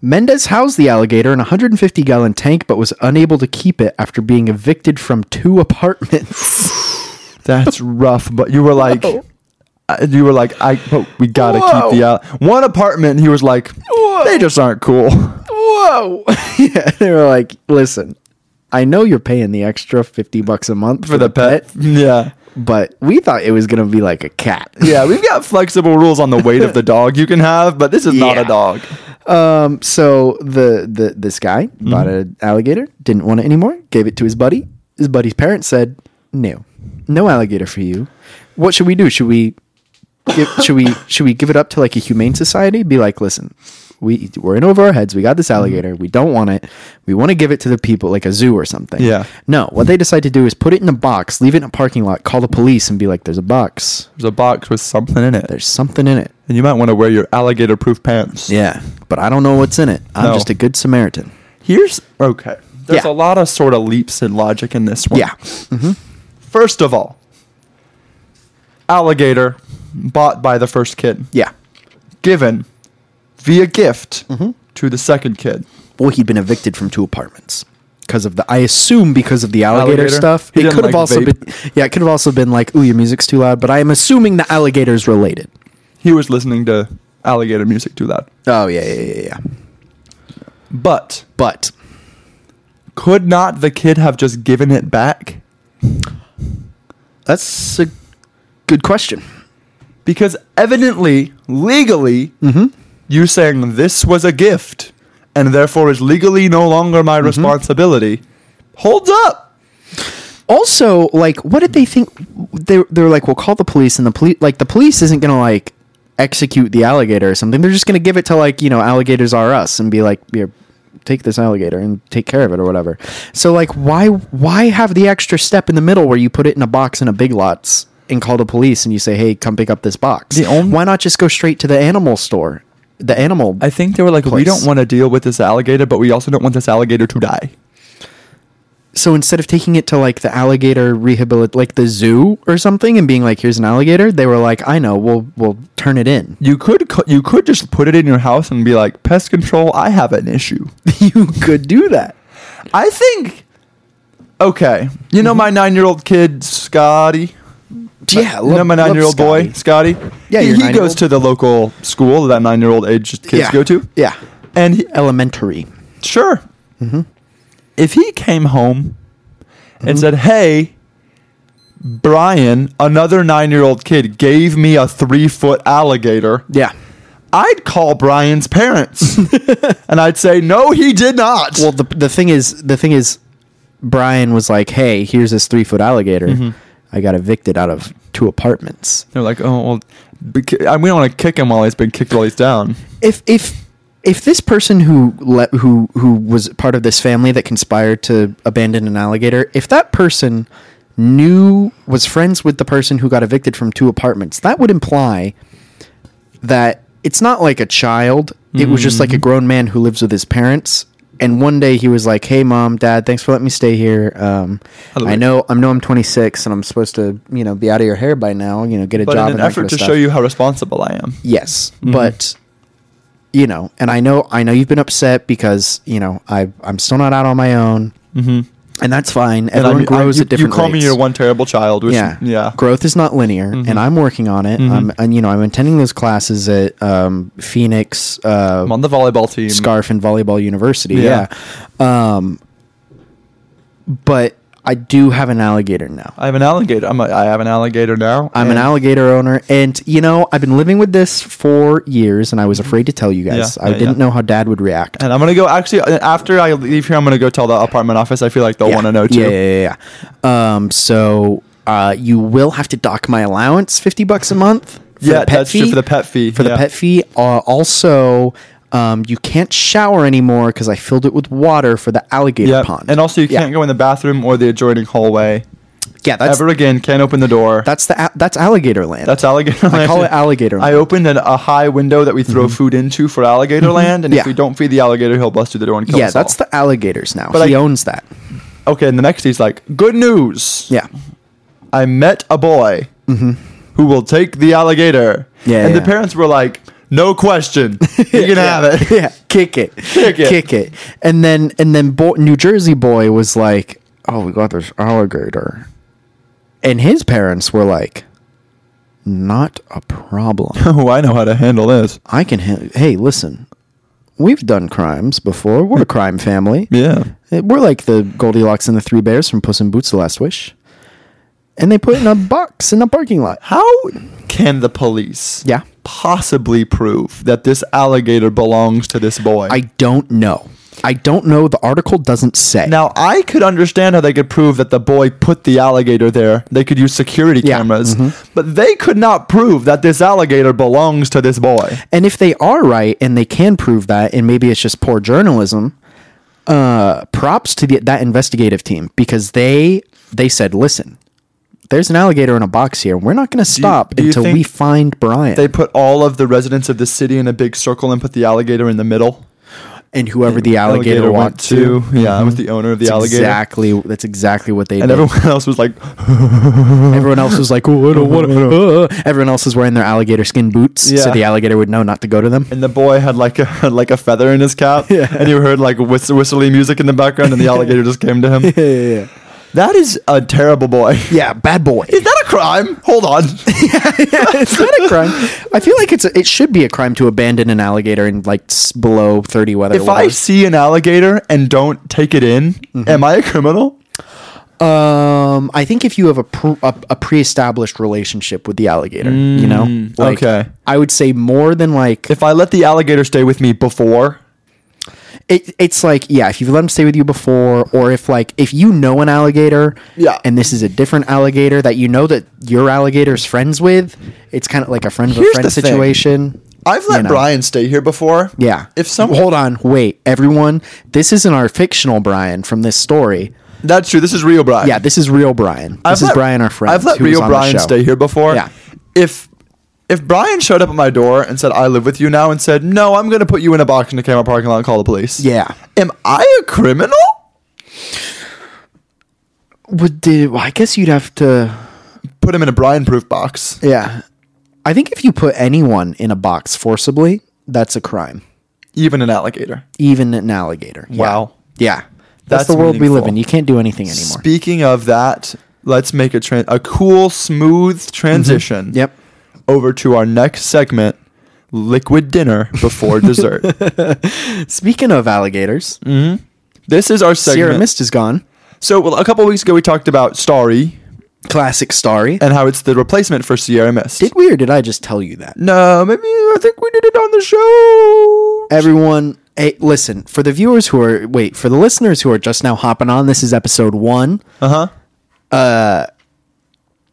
Mendez housed the alligator in a 150 gallon tank but was unable to keep it after being evicted from two apartments. That's rough. But you were like, Whoa. I- you were like, I. But we gotta keep the out. One apartment. He was like, they just aren't cool. Whoa! yeah, they were like, listen, I know you're paying the extra 50 bucks a month for, For the pet. Yeah. but we thought it was going to be like a cat. Yeah, we've got flexible rules on the weight of the dog you can have, but this is not Yeah. a dog. Um, so the, the this guy Mm-hmm. bought an alligator, didn't want it anymore, gave it to his buddy. His buddy's parents said, "No, no alligator for you. What should we do? Should we, give, should we, should we give it up to like a humane society? Be like, listen, we we're in over our heads. We got Mm-hmm. this alligator. We don't want it. We want to give it to the people, like a zoo or something. Yeah. No, what they decide to do is put it in a box, leave it in a parking lot, call the police, and be like, "There's a box. There's a box with something in it. There's something in it. And you might want to wear your alligator proof pants. Yeah, but I don't know what's in it. I'm No. just a good Samaritan." Here's okay. There's Yeah. a lot of sort of leaps in logic in this one. Yeah. Mm-hmm. First of all, alligator bought by the first kid, Yeah. given via gift Mm-hmm. to the second kid. Well, he'd been evicted from two apartments because of the. I assume because of the alligator, Alligator? stuff. He it didn't could have like also vape. been. Yeah, it could have also been like, "Ooh, your music's too loud." But I am assuming the alligator's related. He was listening to alligator music too loud. Oh yeah, yeah, yeah, yeah. But But could not the kid have just given it back? that's a good question. Because evidently, legally, Mm-hmm. you saying this was a gift and therefore is legally no longer Mm-hmm. my responsibility holds up. Also, like, what did they think? They they're like, "We'll call the police," and the police like the police isn't gonna like execute the alligator or something. They're just gonna give it to like you know alligators are us and be like, "Here, take this alligator and take care of it or whatever." So like, why why have the extra step in the middle where you put it in a box in a big lots and call the police and you say, "Hey, come pick up this box"? The only- why not just go straight to the animal store? The animal. I think they were like, we Place. don't want to deal with this alligator, but we also don't want this alligator to die. so instead of taking it to like the alligator rehabilit like the zoo or something and being like here's an alligator they were like i know we'll we'll turn it in You could co- you could just put it in your house and be like, pest control, I have an issue. you could do that I think. Okay, you Mm-hmm. know my nine-year-old kid Scotty. yeah you know my nine-year-old boy Scotty. Yeah, he, your he goes nine-year-old. to the local school that nine-year-old age kids yeah. go to. yeah and he, elementary Sure. Mm-hmm. If he came home and said, "Hey, Brian, another nine-year-old kid gave me a three-foot alligator," yeah I'd call Brian's parents and I'd say, "No, he did not." well the, the thing is the thing is brian was like hey here's this three foot alligator Mm-hmm. i got evicted out of two apartments they're like, "Oh, well, bec- I- we don't want to kick him while he's been kicked while he's down." if if if this person who let who who was part of this family that conspired to abandon an alligator, if that person knew was friends with the person who got evicted from two apartments, that would imply Mm-hmm. that it's not like a child. It was just like a grown man who lives with his parents and one day he was like, "Hey, mom, dad, thanks for letting me stay here. Um, love I it. know I know I'm 26 and I'm supposed to you know be out of your hair by now. You know, get a But job." in and an that effort kind of to stuff. show you how responsible I am. Yes, Mm-hmm. but you know, and I know I know you've been upset because you know I I'm still not out on my own, Mm-hmm. and that's fine. And Everyone I'm- grows you, at different. You call me rates. your one terrible child, which yeah, yeah, yeah. Mm-hmm. Growth is not linear, and I'm working on it. I'm and you know I'm attending those classes at um, Phoenix uh, I'm on the volleyball team. Scarf and Volleyball University. Yeah. Yeah. Um, but I do have an alligator now. I have an alligator. I'm a, I have an alligator now. I'm an and- alligator owner, and you know I've been living with this for years, and I was afraid to tell you guys. Mm-hmm. Yeah, I yeah, didn't yeah. know how Dad would react. And I'm gonna go. Actually, uh, after I leave here, I'm gonna go tell the apartment office. I feel like they'll yeah. want to know too. Yeah, yeah, yeah. yeah. Um, so uh, you will have to dock my allowance, fifty bucks a month. for Yeah, the pet that's true, for the pet fee, For yeah. the pet fee. Uh, also, um, you can't shower anymore because I filled it with water for the alligator Yep. pond. And also, you Yeah. can't go in the bathroom or the adjoining hallway yeah, that's ever again. Can't open the door. that's the a- that's alligator land. That's alligator. I call land. it alligator I land. Mm-hmm. opened an, a high window that we throw food into for alligator land, and Yeah. if we don't feed the alligator, he'll bust through the door and kill yeah, us. that's all. the alligators now. But he I- owns that. okay. And the next, he's like, "Good news. Yeah. Mm-hmm. I met a boy who will take the alligator." Yeah, And the yeah. parents were like, "No question, you can have it." yeah, kick it, Kick it. kick it. And then and then Bo- New Jersey boy was like, "Oh, we got this alligator," and his parents were like, "Not a problem. Oh, I know how to handle this. I can. Ha- hey, listen, we've done crimes before. We're a crime family. Eh, Yeah. We're like the Goldilocks and the Three Bears from Puss in Boots: The Last Wish." And they put it in a box in a parking lot. How can the police Yeah. possibly prove that this alligator belongs to this boy? I don't know. I don't know. The article doesn't say. now I could understand how they could prove that the boy put the alligator there. They could use security Yeah. cameras, but they could not prove that this alligator belongs to this boy. And if they are right and they can prove that, and maybe it's just poor journalism, uh, props to the, that investigative team because they they said, listen, there's an alligator in a box here. We're not going to you- stop do you until think we find Brian They put all of the residents of the city in a big circle and put the alligator in the middle. and whoever the alligator, went walked to. to. Yeah, with the owner of the That's alligator. Exactly. That's exactly what they And did. Everyone, everyone else was like, else was like, oh, I don't want to. Uh. Everyone else was wearing their alligator skin boots, so Yeah. the alligator would know not to go to them. and the boy had like a had like a feather in his cap, Yeah. and you heard like whist- whistling music in the background, and the alligator just came to him. Yeah, yeah, yeah. That is a terrible boy. Yeah, bad boy. Is that a crime? Hold on. it's not a crime. I feel like it's a, it should be a crime to abandon an alligator in like s- below thirty weather. if I see an alligator and don't take it in, am I a criminal? I um, I think if you have a pr- a, a pre-established relationship with the alligator, you know, like, Mm, okay. I would say more than like If I let the alligator stay with me before, it, it's like yeah, if you've let them stay with you before, or if like if you know an alligator, Yeah. and this is a different alligator that you know that your alligator's friends with, it's kind of like a friend of Here's a friend the thing. situation. I've let You know. Brian stay here before. Yeah. If some, hold on, wait, everyone, this isn't our fictional Brian from this story. that's true. This is real Brian. Yeah, this is real Brian. This I've is let- Brian, our friend. I've let who was real on the Brian show. stay here before. Yeah. If if Brian showed up at my door and said, "I live with you now," and said, "No, I'm going to put you in a box in the camera parking lot and call the police," Yeah. am I a criminal? Would do- well, I guess you'd have to. Put him in a Brian-proof box. Yeah. I think if you put anyone in a box forcibly, that's a crime, even an alligator. even an alligator. Yeah. Wow. Yeah. That's, That's the world we live meaningful. in. You can't do anything anymore. Speaking of that, let's make a tran a cool, smooth transition. Mm-hmm. Yep. Over to our next segment, liquid dinner before dessert. Speaking of alligators, This is our Sierra segment. Mist is gone. so well, a couple weeks ago, we talked about Starry Classic Starry. and how it's the replacement for Sierra Mist. Did we or did I just tell you that? no, maybe I think we did it on the show. everyone hey, listen for the viewers who are wait for the listeners who are just now hopping on this is episode one uh-huh uh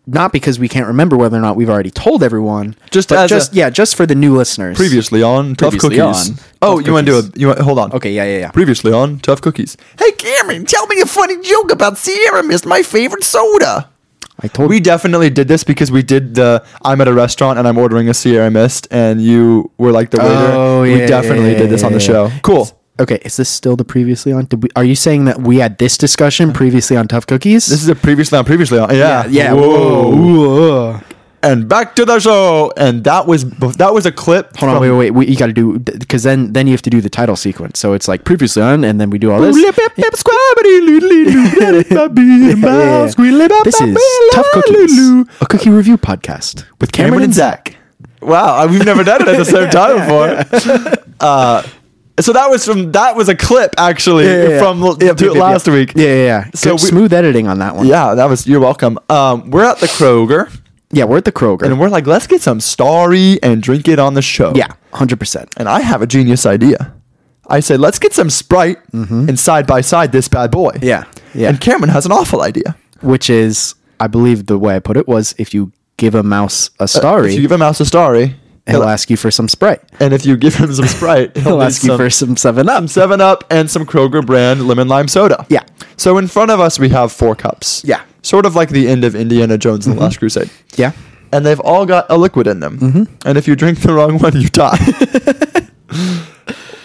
not because we can't remember whether or not we've already told everyone Just but as just a- yeah just for the new listeners Previously on Tough Previously Cookies. on oh, Tough you want to do Cookies. a you want, hold on? okay yeah yeah yeah Previously on Tough Cookies. Hey Cameron, tell me a funny joke about Sierra Mist, my favorite soda. i told We definitely did this because we did the I'm at a restaurant and I'm ordering a Sierra Mist and you were like the waiter. Oh, we yeah, definitely yeah, did this on the yeah, show. yeah. Cool. Okay, is this still the previously on? Did we, are you saying that we had this discussion previously on Tough Cookies? This is a previously on previously on. Yeah. yeah. Whoa. Whoa. And back to the show. And that was that was a clip. Hold on, from- wait, wait, wait. You got to do because then then you have to do the title sequence. So it's like previously on, and then we do all this. This is Tough Cookies, a cookie review podcast with Cameron and Zach. Wow, I- we've never done it at the same time before. Uh, so that was from that was a clip actually from l- Yep, to yep, yep, last yep. week. Yeah, yeah, yeah. So So we- smooth editing on that one. Yeah, that was you're welcome. Um, we're at the Kroger yeah. We're at the Kroger. and we're like, let's get some Starry and drink it on the show. yeah, hundred percent. and I have a genius idea. I say, let's get some Sprite and side by side this bad boy. Mm-hmm. Yeah, yeah. And Cameron has an awful idea. Which is, I believe, the way I put it was, if you give a mouse a If starry, you give a mouse a Starry, he'll he'll- ask you for some Sprite. and if you give him some Sprite, he'll, He'll need ask you some- for some Seven Up. some Seven Up and some Kroger brand lemon lime soda. Yeah. So in front of us we have four cups. Yeah. Mm-hmm. Sort of like the end of Indiana Jones and the Last Crusade. Yeah. And they've all got a liquid in them. Mm-hmm. And if you drink the wrong one, you die.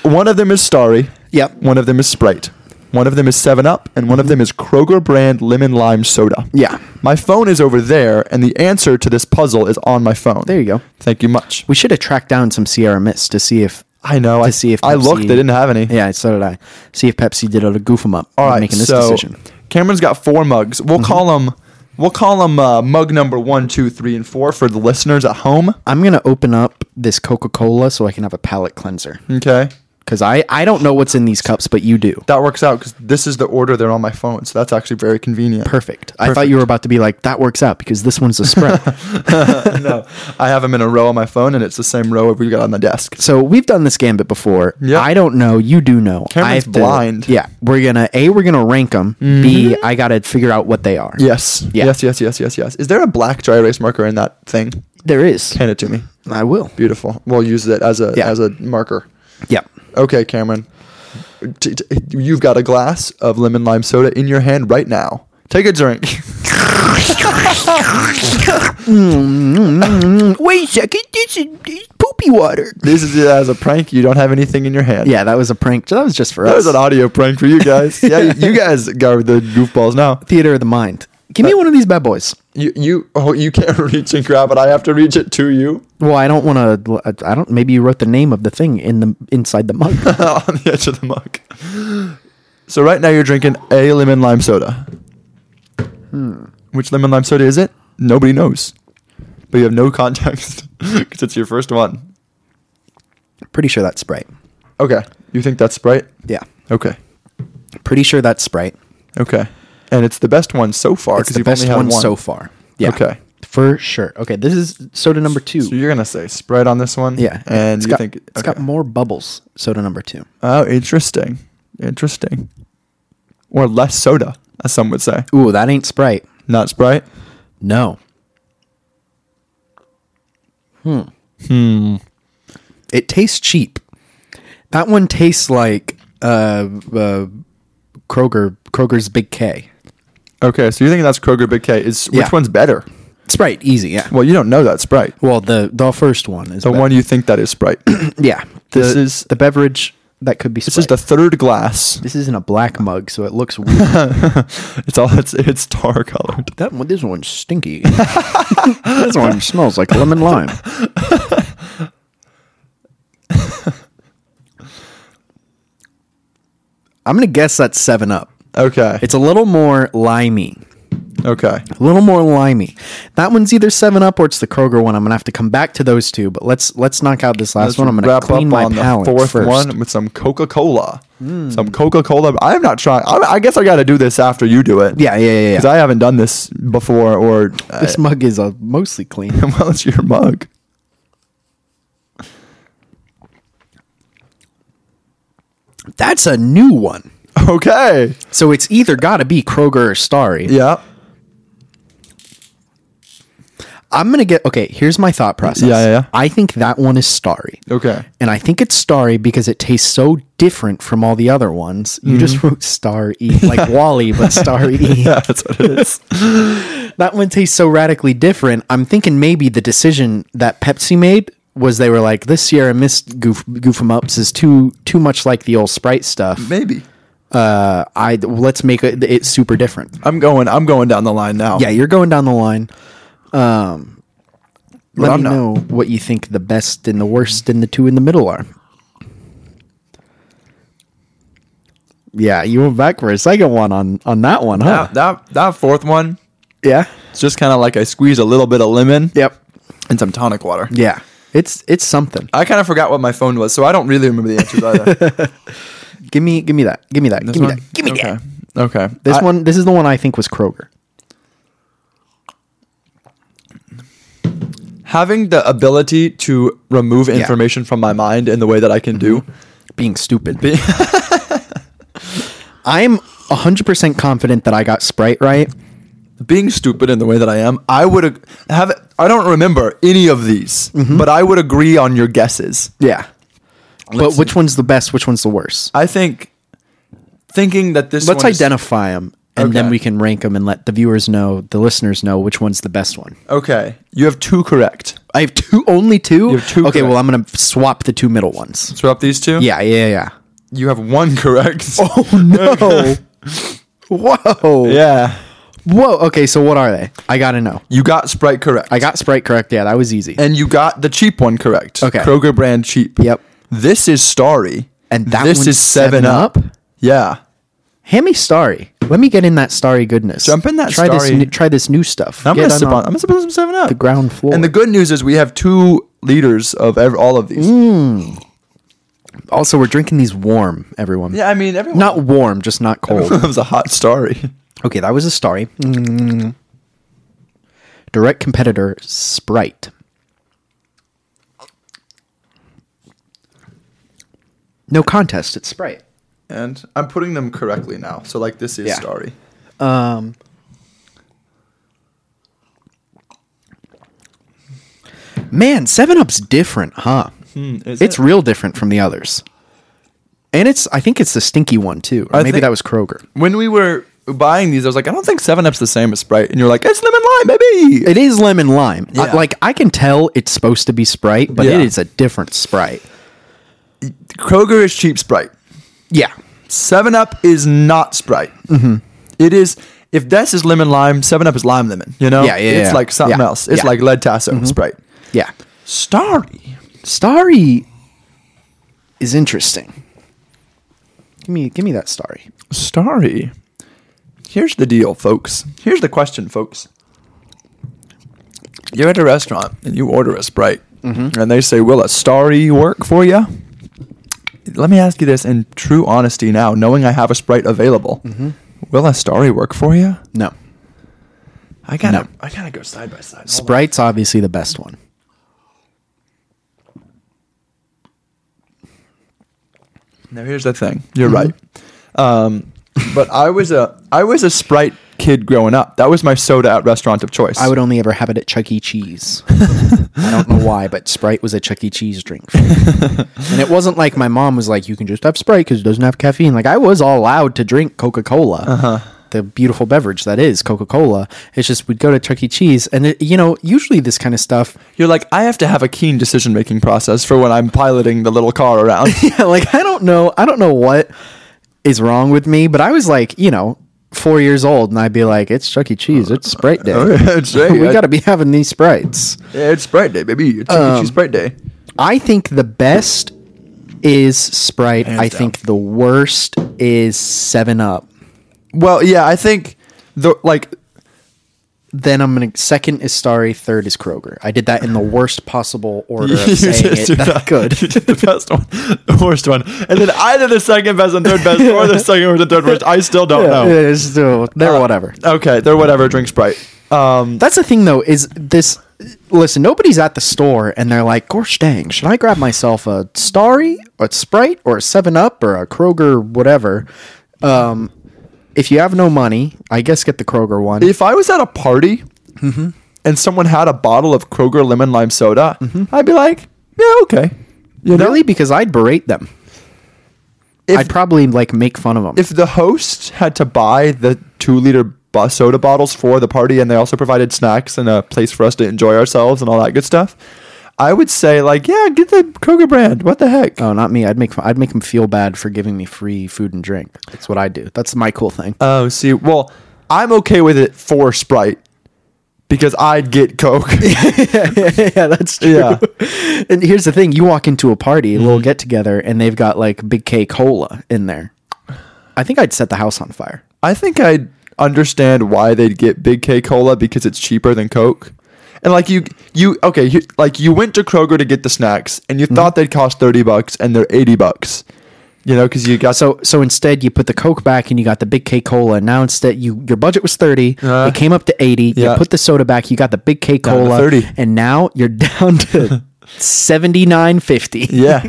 one of them is Starry. Yep. One of them is Sprite. One of them is Seven Up, and one of them is Kroger brand lemon lime soda. Mm-hmm. Yeah. My phone is over there, and the answer to this puzzle is on my phone. There you go. Thank you much. We should have tracked down some Sierra Mist to see if I know. I to see if I looked. Pepsi- They didn't have any. Yeah, so did I. See if Pepsi did a goof them up. All on right, making this so decision. Mm-hmm. Cameron's got four mugs. We'll call them. We'll call them uh, mug number one, two, three, and four for the listeners at home. I'm gonna open up this Coca Cola so I can have a palate cleanser Okay, because I I don't know what's in these cups, but you do. that works out because this is the order they're on my phone, so that's actually very convenient. Perfect. I thought you were about to be like that works out because this one's a spread. no, I have them in a row on my phone, and it's the same row we got on the desk. so we've done this gambit before. Yep. I don't know. You do know. Cameron's I have to- blind. Yeah, we're gonna a we're gonna rank them. B I gotta figure out what they are. Yes, Mm-hmm. Yeah. yes, yes, yes, yes, yes. Is there a black dry erase marker in that thing? there is. Hand it to me. I will. Beautiful. We'll use it as a Yeah. as a marker. Yep. Okay, Cameron. T- t- you've got a glass of lemon lime soda in your hand right now. Take a drink. Mm, Wait a second. This is, poopy water. This is it as a prank. You don't have anything in your hand. Yeah, that was a prank. That was just for That us. was an audio prank for you guys. yeah, you, you guys are the goofballs now. theater of the mind. Give me one of these bad boys. You you oh you can't reach and grab it. I have to reach it to you Well, I don't want to. I don't. Maybe you wrote the name of the thing in the inside the mug. on the edge of the mug. So right now you're drinking a lemon lime soda. Hmm. Which lemon lime soda is it? Nobody knows. But you have no context because it's your first one. Pretty sure that's Sprite. Okay. You think that's Sprite? Yeah. Okay. Pretty sure that's Sprite. Okay. And it's the best one so far It's because the you've best only had one, one so far. Yeah. Okay. For sure. Okay. This is soda number two. So you're gonna say spread on this one, yeah. And it's you got, think it's got okay. more bubbles. Soda number two. Oh, interesting, interesting, or less soda, as some would say. Ooh, that ain't Sprite. Not Sprite. No. Hmm. Hmm. Hmm. It tastes cheap. That one tastes like uh, uh, Kroger Kroger's Big K. Okay, so you think that's Kroger Big K? Is which Yeah. one's better? Sprite, easy, yeah. Well, you don't know that Sprite. Well, the the first one is The one you think that is Sprite. this Yeah, This is- the beverage that could be. Sprite. is the third glass. This is in a black mug, so it looks weird. It's all it's it's tar colored. that one, this one's stinky. this one smells like lemon lime. I'm gonna guess that's Seven Up. Okay. It's a little more limey. okay. A little more limey. That one's either Seven Up or it's the Kroger one. I'm gonna have to come back to those two, but let's let's knock out this last one. I'm gonna clean my palate first. Hmm. one with some Coca Cola. Some Coca Cola. I'm not trying. I, I guess I got to do this after you do it. Yeah, yeah, yeah, yeah. Because I haven't done this before, or uh, This mug is uh, mostly clean. well, it's your mug. That's a new one. Okay. So it's either got to be Kroger or Starry. Yeah. I'm going to get Okay, here's my thought process. Yeah, yeah, yeah. I think that one is Starry. Okay. And I think it's Starry because it tastes so different from all the other ones. You just wrote Starry like Wally but Starry. Yeah, that's what it is. That one tastes so radically different. I'm thinking maybe the decision that Pepsi made was they were like this Sierra Mist goof goof 'em ups is too too much like the old Sprite stuff. Maybe. Uh, I let's make it, it super different. I'm going. I'm going down the line now. Yeah, you're going down the line. Um, let I'm me not. know what you think the best and the worst and the two in the middle are. Yeah, you went back for a second one on on that one, huh? That, that that fourth one. Yeah. It's just kind of like I squeeze a little bit of lemon Yep. and some tonic water. Yeah. It's it's something. I kind of forgot what my phone was, so I don't really remember the answers either. Give me give me that. Give me that. give me that. Give me okay. that. Okay. This I- one this is the one I think was Kroger. having the ability to remove information from my mind in the way that I can do. Mm-hmm. Being stupid. I'm 100% confident that I got Sprite right. being stupid in the way that I am, I would ag- have. I don't remember any of these, Mm-hmm. but I would agree on your guesses. Yeah. but which one's the best? Which one's the worst? I think thinking that this. Let's one is- identify them and then Okay. we can rank them and let the viewers know, the listeners know which one's the best one. okay, you have two correct. I have two, only two? You have two okay, correct. well, I'm going to swap the two middle ones. Swap these two. Yeah, yeah, yeah. you have one correct. Oh, no. Whoa. yeah, Whoa. Okay, so what are they? I got to know. you got Sprite correct. I got Sprite correct. Yeah, that was easy. and you got the cheap one correct. Okay. Kroger brand cheap. Yep. This is Starry, And that this one's is Seven, 7 up. Up? Yeah. Hand me Starry. Let me get in that Starry goodness. Jump in that try This Starry- new, try this new stuff. I'm Get gonna sip on- on. I'm gonna sip on some Seven Up. The ground floor. And the good news is we have two liters of ev- all of these. Mm. Also, we're drinking these warm, everyone. Yeah, I mean everyone. Not warm, just not cold. it was a hot Starry. okay, that was a Starry. Mm. Direct competitor Sprite. No contest. It's Sprite. And I'm putting them correctly now. So like this is Yeah. starry. Um, man, Seven Up's different, huh? Hmm, it's real different from the others, and it's I think it's the stinky one too. Or I maybe think- that was Kroger. when we were buying these, I was like, I don't think Seven Up's the same as Sprite. And you're like, it's lemon lime, baby. It is lemon lime. I- Yeah. like I can tell it's supposed to be Sprite, but Yeah. it is a different Sprite. Kroger is cheap Sprite. Yeah, Seven Up is not Sprite. Mm-hmm. It is if this is lemon lime, Seven Up is lime lemon. You know, Yeah, yeah, It's yeah. like something Yeah, else. It's yeah. Mm-hmm. like lead tasso Sprite. yeah. Starry. Starry is interesting. Give me, give me that Starry. Starry. Here's the deal, folks. Here's the question, folks. You're at a restaurant and you order a Sprite, Mm-hmm. and they say, Will a Starry work for you? Let me ask you this in true honesty now, knowing I have a Sprite available. Mm-hmm. Will a Starry work for you? No, I gotta, No. I gotta go side by side. Hold on. Sprite's obviously the best one. Now here's the thing. You're Mm-hmm. right. Um, but I was a, I was a Sprite kid growing up. That was my soda at restaurant of choice. I would only ever have it at Chuck E. Cheese. I don't know why, but Sprite was a Chuck E. Cheese drink. for me. and it wasn't like my mom was like, you can just have Sprite because it doesn't have caffeine. Like, I was all allowed to drink Coca Cola, the beautiful beverage that is Coca Cola. It's just we'd go to Chuck E. Cheese, and, it, you know, usually this kind of stuff, You're like, I have to have a keen decision making process for when I'm piloting the little car around. yeah, like I don't know, I don't know what is wrong with me, but I was like, you know, four years old, and I'd be like, it's Chuck E. Cheese, it's Sprite Day. it's, Oh, hey, we I- got to be having these Sprites. yeah, it's Sprite Day, baby. It's um, Sprite Day. I think the best is Sprite. I down. think the worst is Seven Up. Well, yeah, I think the like Then I'm gonna second is Starry, third is Kroger. I did that in the worst possible order of you saying just it. did That good. You did the best one, the worst one, and then either the second best and third best, or the second worst and third worst. I still don't Yeah, know. it's still- they're Oh, Uh, whatever. Okay, they're whatever. Drink Sprite. Um, That's the thing though, is this listen, nobody's at the store and they're like, gosh dang, should I grab myself a Starry or a Sprite or a Seven Up or a Kroger whatever? Um if you have no money, I guess get the Kroger one. if I was at a party Mm-hmm. and someone had a bottle of Kroger lemon lime soda, I'd be like, yeah, okay. You know, Really? Because I'd berate them. If- I'd probably like make fun of them. if the host had to buy the two liter bu- soda bottles for the party and they also provided snacks and a place for us to enjoy ourselves and all that good stuff I would say like, yeah, get the Kroger brand. What the heck? Oh, not me. I'd make I'd make them feel bad for giving me free food and drink. That's what I do. That's my cool thing. Oh, see, well, I'm okay with it for Sprite because I'd get Coke. yeah, yeah, yeah, Mm-hmm. that's true. Yeah. And here's the thing: you walk into a party, a little get together, and they've got like big K cola in there. I think I'd set the house on fire. I think I understand why they'd get Big K Cola because it's cheaper than Coke. And like you, you okay, you, like you went to Kroger to get the snacks, and you thought they'd cost thirty bucks, and they're eighty bucks. You know, because you got So, so instead, you put the Coke back, and you got the big K cola. Now, instead, you your budget was thirty, Uh, it came up to eighty. yeah. You put the soda back, you got the big K to cola, 30. and now you're down to seventy nine fifty. yeah,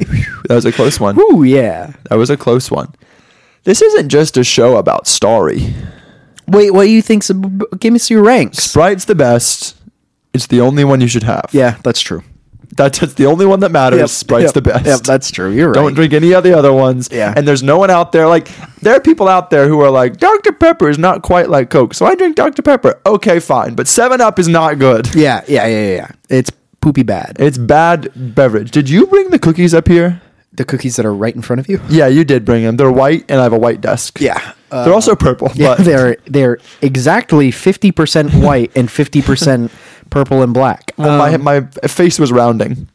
that was a close one. Ooh, yeah. That was a close one. This isn't just a show about Starry. Wait, what do you think's? Give me some ranks. Sprite's the best. It's the only one you should have. Yeah, that's true. that's, that's the only one that matters. Yep, Sprite's yep, the best. Yep, that's true. You're right. Don't drink any of the other ones. Yeah. And there's no one out there. Like, there are people out there who are like, Dr. Pepper is not quite like Coke. So I drink Dr. Pepper. Okay, fine. But 7 Up is not good. Yeah, yeah, yeah, yeah, yeah. It's poopy bad. It's bad beverage. Did you bring the cookies up here? the cookies that are right in front of you. Yeah, you did bring them. They're white, and I have a white desk. Yeah. They're also purple. Uh, Yeah, but they're they're exactly fifty percent white and fifty percent purple and black. Um, Well, my, my face was rounding.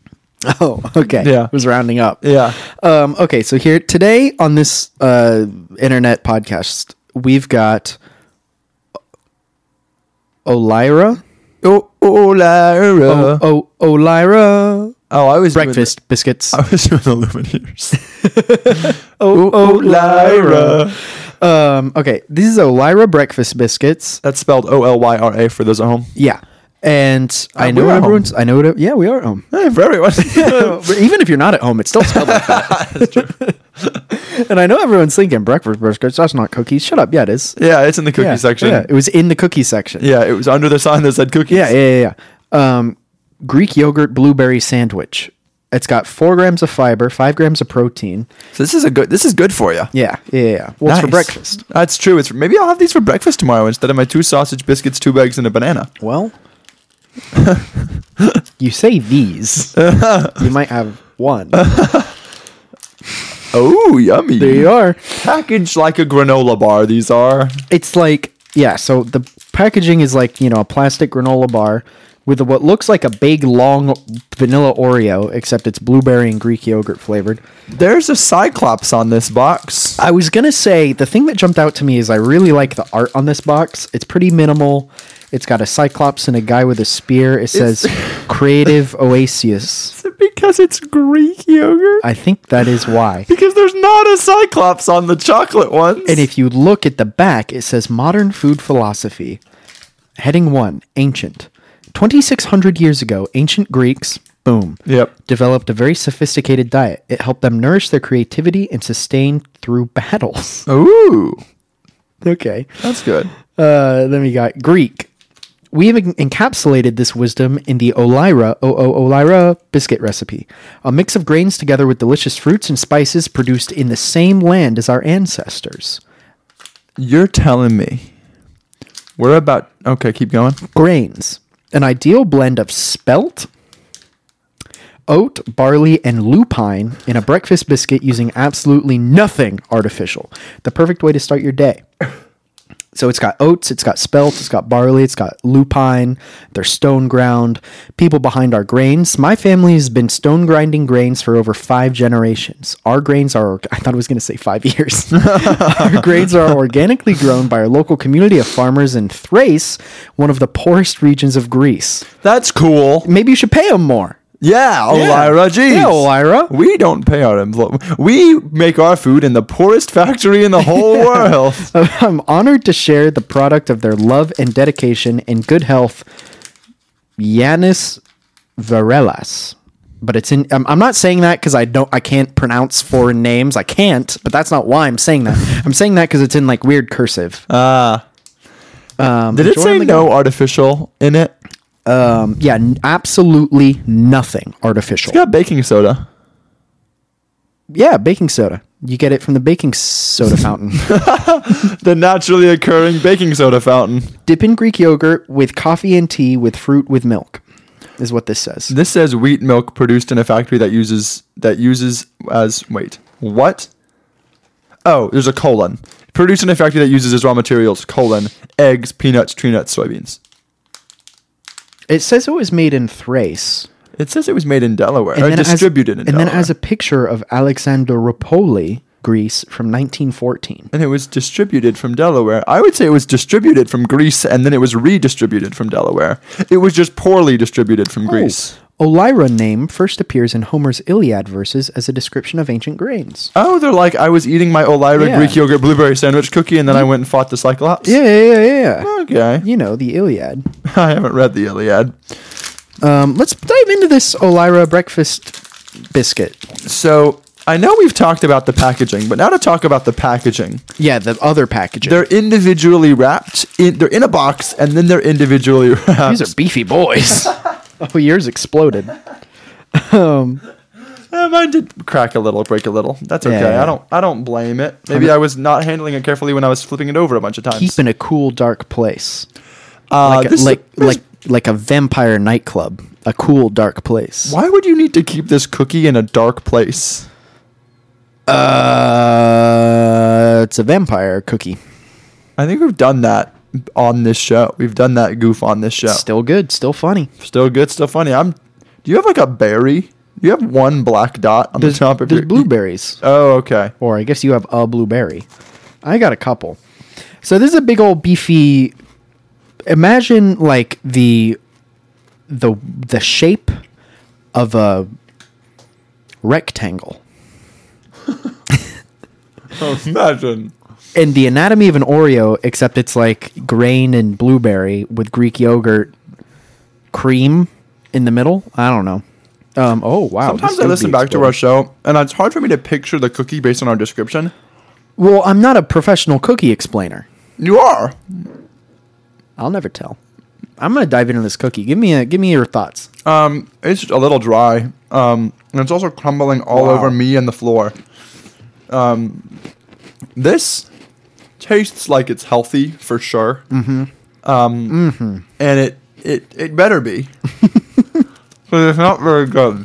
Oh, okay. Yeah. was rounding up. Yeah. Um, okay, so here today on this uh, internet podcast, we've got Olira. Oh, oh, Lyra. Oh, Oh, oh, Olira. I was doing- Breakfast Uh-huh. biscuits. I was doing the Lumineers. Oh, Lyra. Um, okay, this is Olira breakfast biscuits. That's spelled O L Y R A for those at home. Yeah. And I Uh, we know are home. Uh, everyone's. I know it. Yeah, we are at home. Hey, for everyone. But Even if you're not at home, it's still spelled like that. and I know everyone's thinking breakfast biscuits. That's not cookies. Shut up. Yeah, it is. yeah, it's in the cookie yeah, section. Yeah, it was in the cookie section. Yeah, it was under the sign that said cookies. yeah, yeah, yeah. yeah. Um, Greek yogurt blueberry sandwich. It's got four grams of fiber, five grams of protein. So this is a good. This is good for you. Yeah, yeah, yeah, yeah. What's for breakfast? That's true. It's maybe I'll have these for breakfast tomorrow instead of my two sausage biscuits, two eggs, and a banana. Well, you say these. you might have one. Oh, yummy! There you are. Packaged like a granola bar. These are. it's like yeah so the packaging is like you know a plastic granola bar with what looks like a big long vanilla oreo except it's blueberry and greek yogurt flavored There's a cyclops on this box. i was gonna say the thing that jumped out to me is i really like the art on this box it's pretty minimal it's got a cyclops and a guy with a spear it says creative oasis Is it because it's Greek yogurt? i think that is why because there's not a cyclops on the chocolate ones. And if you look at the back, it says Modern Food Philosophy. Heading one Ancient. 2,600 years ago, ancient Greeks, boom, Yep. developed a very sophisticated diet. It helped them nourish their creativity and sustain through battles. Ooh, okay. that's good. Uh, then we got Greek. We have en- encapsulated this wisdom in the Olira, O O Olira biscuit recipe, a mix of grains together with delicious fruits and spices produced in the same land as our ancestors. You're telling me. We're about okay. Keep going. grains an ideal blend of spelt oat barley and lupine in a breakfast biscuit using absolutely nothing artificial the perfect way to start your day so it's got oats it's got spelt it's got barley it's got lupine they're stone ground people behind our grains my family has been stone grinding grains for over five generations our grains are i thought i was going to say five years our grains are organically grown by our local community of farmers in Thrace, one of the poorest regions of Greece. That's cool. Maybe you should pay them more. Yeah, Olira, jeez. Yeah, Olira. We don't pay our employees. We make our food in the poorest factory in the whole world. I'm honored to share the product of their love and dedication and good health, Yanis Varelas. But it's in. I'm, I'm not saying that because I don't. I can't pronounce foreign names. I can't. But that's not why I'm saying that. I'm saying that because it's in like weird cursive. um, Did it enjoy on say the no artificial in it? It's Um, yeah, n- absolutely nothing artificial. got baking soda. Yeah, baking soda. You get it from the baking soda fountain. The naturally occurring baking soda fountain. Dip in Greek yogurt with coffee and tea with fruit with milk. is what this says. This says wheat milk produced in a factory that uses that uses as wait what? Oh, there's a colon. Produced in a factory that uses as raw materials colon eggs, peanuts, tree nuts, soybeans. It says it was made in Thrace. It says it was made in Delaware And or then it has- distributed in And Delaware. then it has a picture of Alexander Rapoli, Greece, from 1914. and it was distributed from Delaware. I would say it was distributed from Greece and then it was redistributed from Delaware. It was just poorly distributed from Greece. Oh, Olira name first appears in Homer's Iliad verses as a description of ancient grains. Oh, they're like I was eating my Olira Yeah. Greek yogurt blueberry sandwich cookie and then I went and fought the Cyclops. Yeah, yeah, yeah, yeah. Okay. You know, the Iliad. I haven't read the Iliad. Um, let's dive into this Olira breakfast biscuit. So I know we've talked about the packaging, but now to talk about the packaging. Yeah, the other packaging. They're individually wrapped. In, they're in a box, and then they're individually wrapped. These are beefy boys. oh, yours exploded. Uh, mine did crack a little, break a little. That's okay. Yeah. I don't. I don't blame it. Maybe I was not handling it carefully when I was flipping it over a bunch of times. Keep in a cool, dark place. Uh, Like, this- like, this- like, like a vampire nightclub. A cool, dark place. Why would you need to keep this cookie in a dark place? Uh, it's a vampire cookie. I think we've done that on this show. We've done that goof on this show. Still, Still good, still funny. good stuff. Funny. I'm. Do you have like a berry? Do you have one black dot on There's, the top of there's your blueberries, Oh, okay. or I guess you have a blueberry. I got a couple. So this is a big old beefy. Imagine like the the the shape of a rectangle Oh. Imagine. and the anatomy of an Oreo, except it's like grain and blueberry with Greek yogurt cream in the middle. I don't know. Um, oh wow! Sometimes this I would listen be back to exploding. our show, and it's hard for me to picture the cookie based on our description. Well, I'm not a professional cookie explainer. You are. I'll never tell. I'm gonna dive into this cookie. Give me a give me your thoughts. Um, it's a little dry. Um, and it's also crumbling all Wow. over me and the floor. Um, this tastes like it's healthy for sure. Mm-hmm. Um, and it it it better be. 'Cause it's not very good.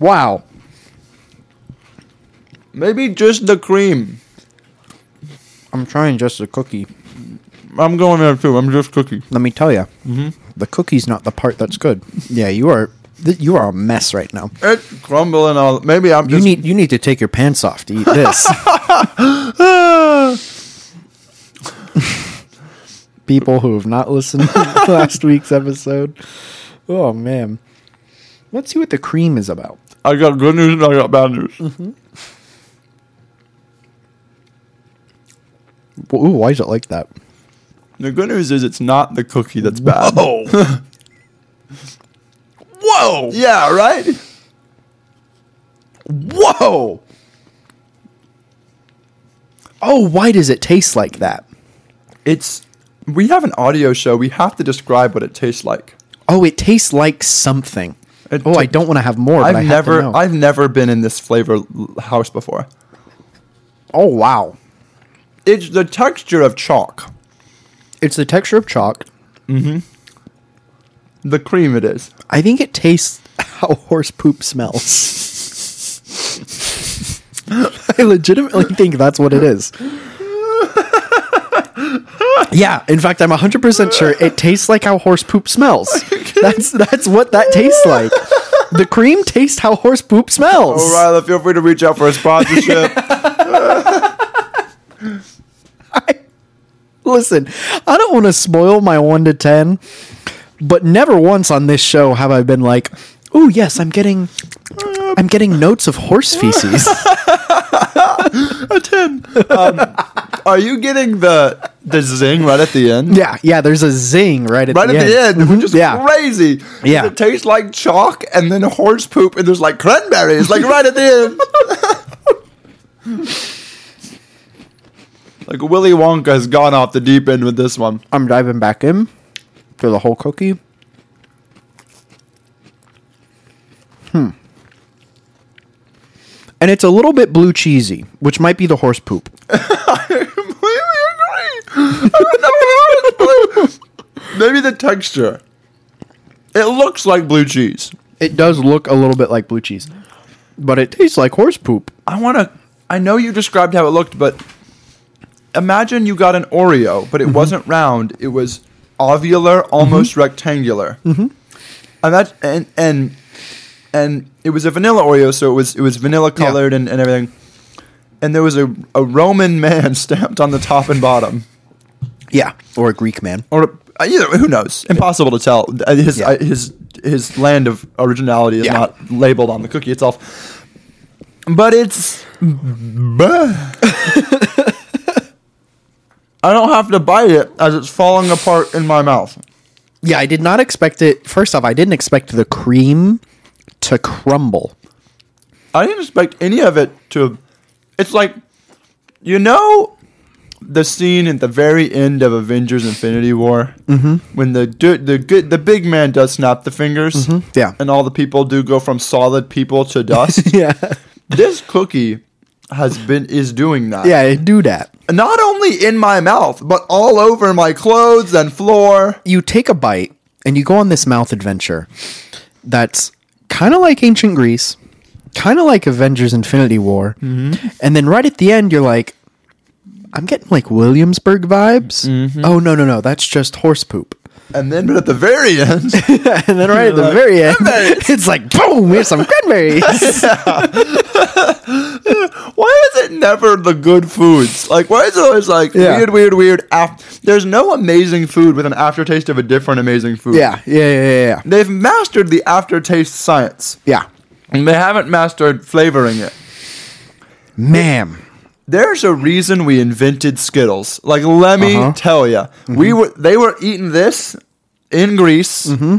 Wow. Maybe just the cream. I'm trying just a cookie. I'm going there too. I'm just cookie. Let me tell you, the cookie's not the part that's good. Yeah, you are th- you are a mess right now. It's crumbling all. Maybe I'm You just need you need to take your pants off to eat this. People who have not listened to last week's episode. Oh man. Let's see what the cream is about. I got good news and I got bad news. Ooh, why is it like that? The good news is it's not the cookie that's bad. Oh. Whoa! Yeah, right? Whoa! Oh, why does it taste like that? It's we have an audio show. We have to describe what it tastes like. Oh, it tastes like something. It oh, I I ta- don't want to have more. but I I've have never To know. I've never been in this flavor l- house before. oh wow! It's the texture of chalk. It's the texture of chalk. The cream it is. I think it tastes how horse poop smells. I legitimately think that's what it is. Yeah, in fact, I'm 100% sure it tastes like how horse poop smells. That's that's what that tastes like. The cream tastes how horse poop smells. Oh, Ryla, feel free to reach out for a sponsorship. Listen, I don't want to spoil my one to ten, but never once on this show have I been like, "Oh yes, I'm getting, I'm getting notes of horse feces." Um, Are you getting the the zing right at the end? yeah, yeah. There's a zing right at Right the at end. the end, which is Yeah. crazy. Yeah. It tastes like chalk and then horse poop and there's like cranberries, like right at the end. like Willy Wonka has gone off the deep end with this one. I'm diving back in for the whole cookie. Hmm. Hmm. And it's a little bit blue cheesy, which might be the horse poop. Completely agree. I would never have thought it was blue. Maybe the texture. It looks like blue cheese. It does look a little bit like blue cheese, but it tastes like horse poop. I want to. I know you described how it looked, but imagine you got an Oreo, but it wasn't round. It was ovular, almost rectangular. Mm-hmm. And that and and and it was a vanilla Oreo, so it was it was vanilla Yeah. colored and, and everything. And there was a, a Roman man stamped on the top and bottom, Yeah, or a Greek man. or uh, either who knows? Impossible to tell. Uh, His Yeah. uh, his his land of originality is Yeah. not labeled on the cookie itself, but it's. I don't have to bite it as it's falling apart in my mouth. Yeah, I did not expect it. First off, I didn't expect the cream to crumble. I didn't expect any of it to. It's like, you know, the scene at the very end of Avengers: Infinity War mm-hmm. when the du- the good the big man does snap the fingers, Mm-hmm. Yeah. and all the people do go from solid people to dust. Yeah, this cookie has been is doing that. yeah, it do that. not only in my mouth, but all over my clothes and floor. You take a bite and you go on this mouth adventure. That's kind of like ancient Greece, kind of like Avengers: Infinity War, Mm-hmm. and then right at the end, you're like, "I'm getting like Williamsburg vibes." Mm-hmm. Oh no, no, no, that's just horse poop. And then, but at the very end, And then right at the You're like, very end, it's like boom, here's some cranberries. Why is it never the good foods? Like, why is it always like Yeah. weird, weird, weird? Af- There's no amazing food with an aftertaste of a different amazing food. yeah, yeah, yeah, yeah, yeah. They've mastered the aftertaste science, Yeah, and they haven't mastered flavoring it. ma'am. There's a reason we invented Skittles. Like, let me Uh-huh. tell you, we were they were eating this in Greece, Mm-hmm.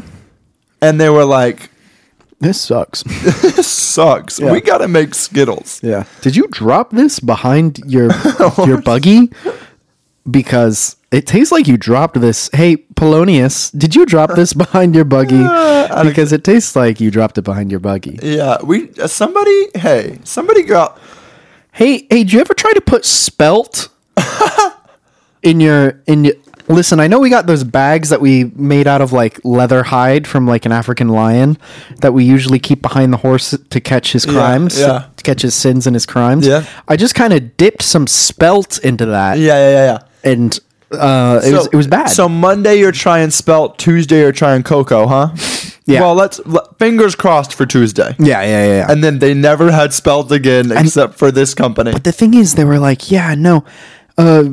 and they were like, This sucks. "This sucks. We got to make Skittles." Yeah. Did you drop this behind your your buggy? Because it tastes like you dropped this. Hey, Polonius, did you drop this behind your buggy? Because it tastes like you dropped it behind your buggy. Yeah, we uh, somebody. Hey, somebody got. Hey, hey, did you ever try to put spelt in your in your Listen, I know we got those bags that we made out of like leather hide from like an African lion that we usually keep behind the horse to catch his crimes, yeah. to catch his sins and his crimes. Yeah. I just kind of dipped some spelt into that Yeah, yeah, yeah, yeah. and uh, it was it was bad. So Monday you're trying spelt, Tuesday you're trying cocoa, huh? Yeah. Well, let's le- fingers crossed for Tuesday. yeah, yeah, yeah. And And then they never had spelt again except for this company. the thing is they were like, yeah, no. Uh,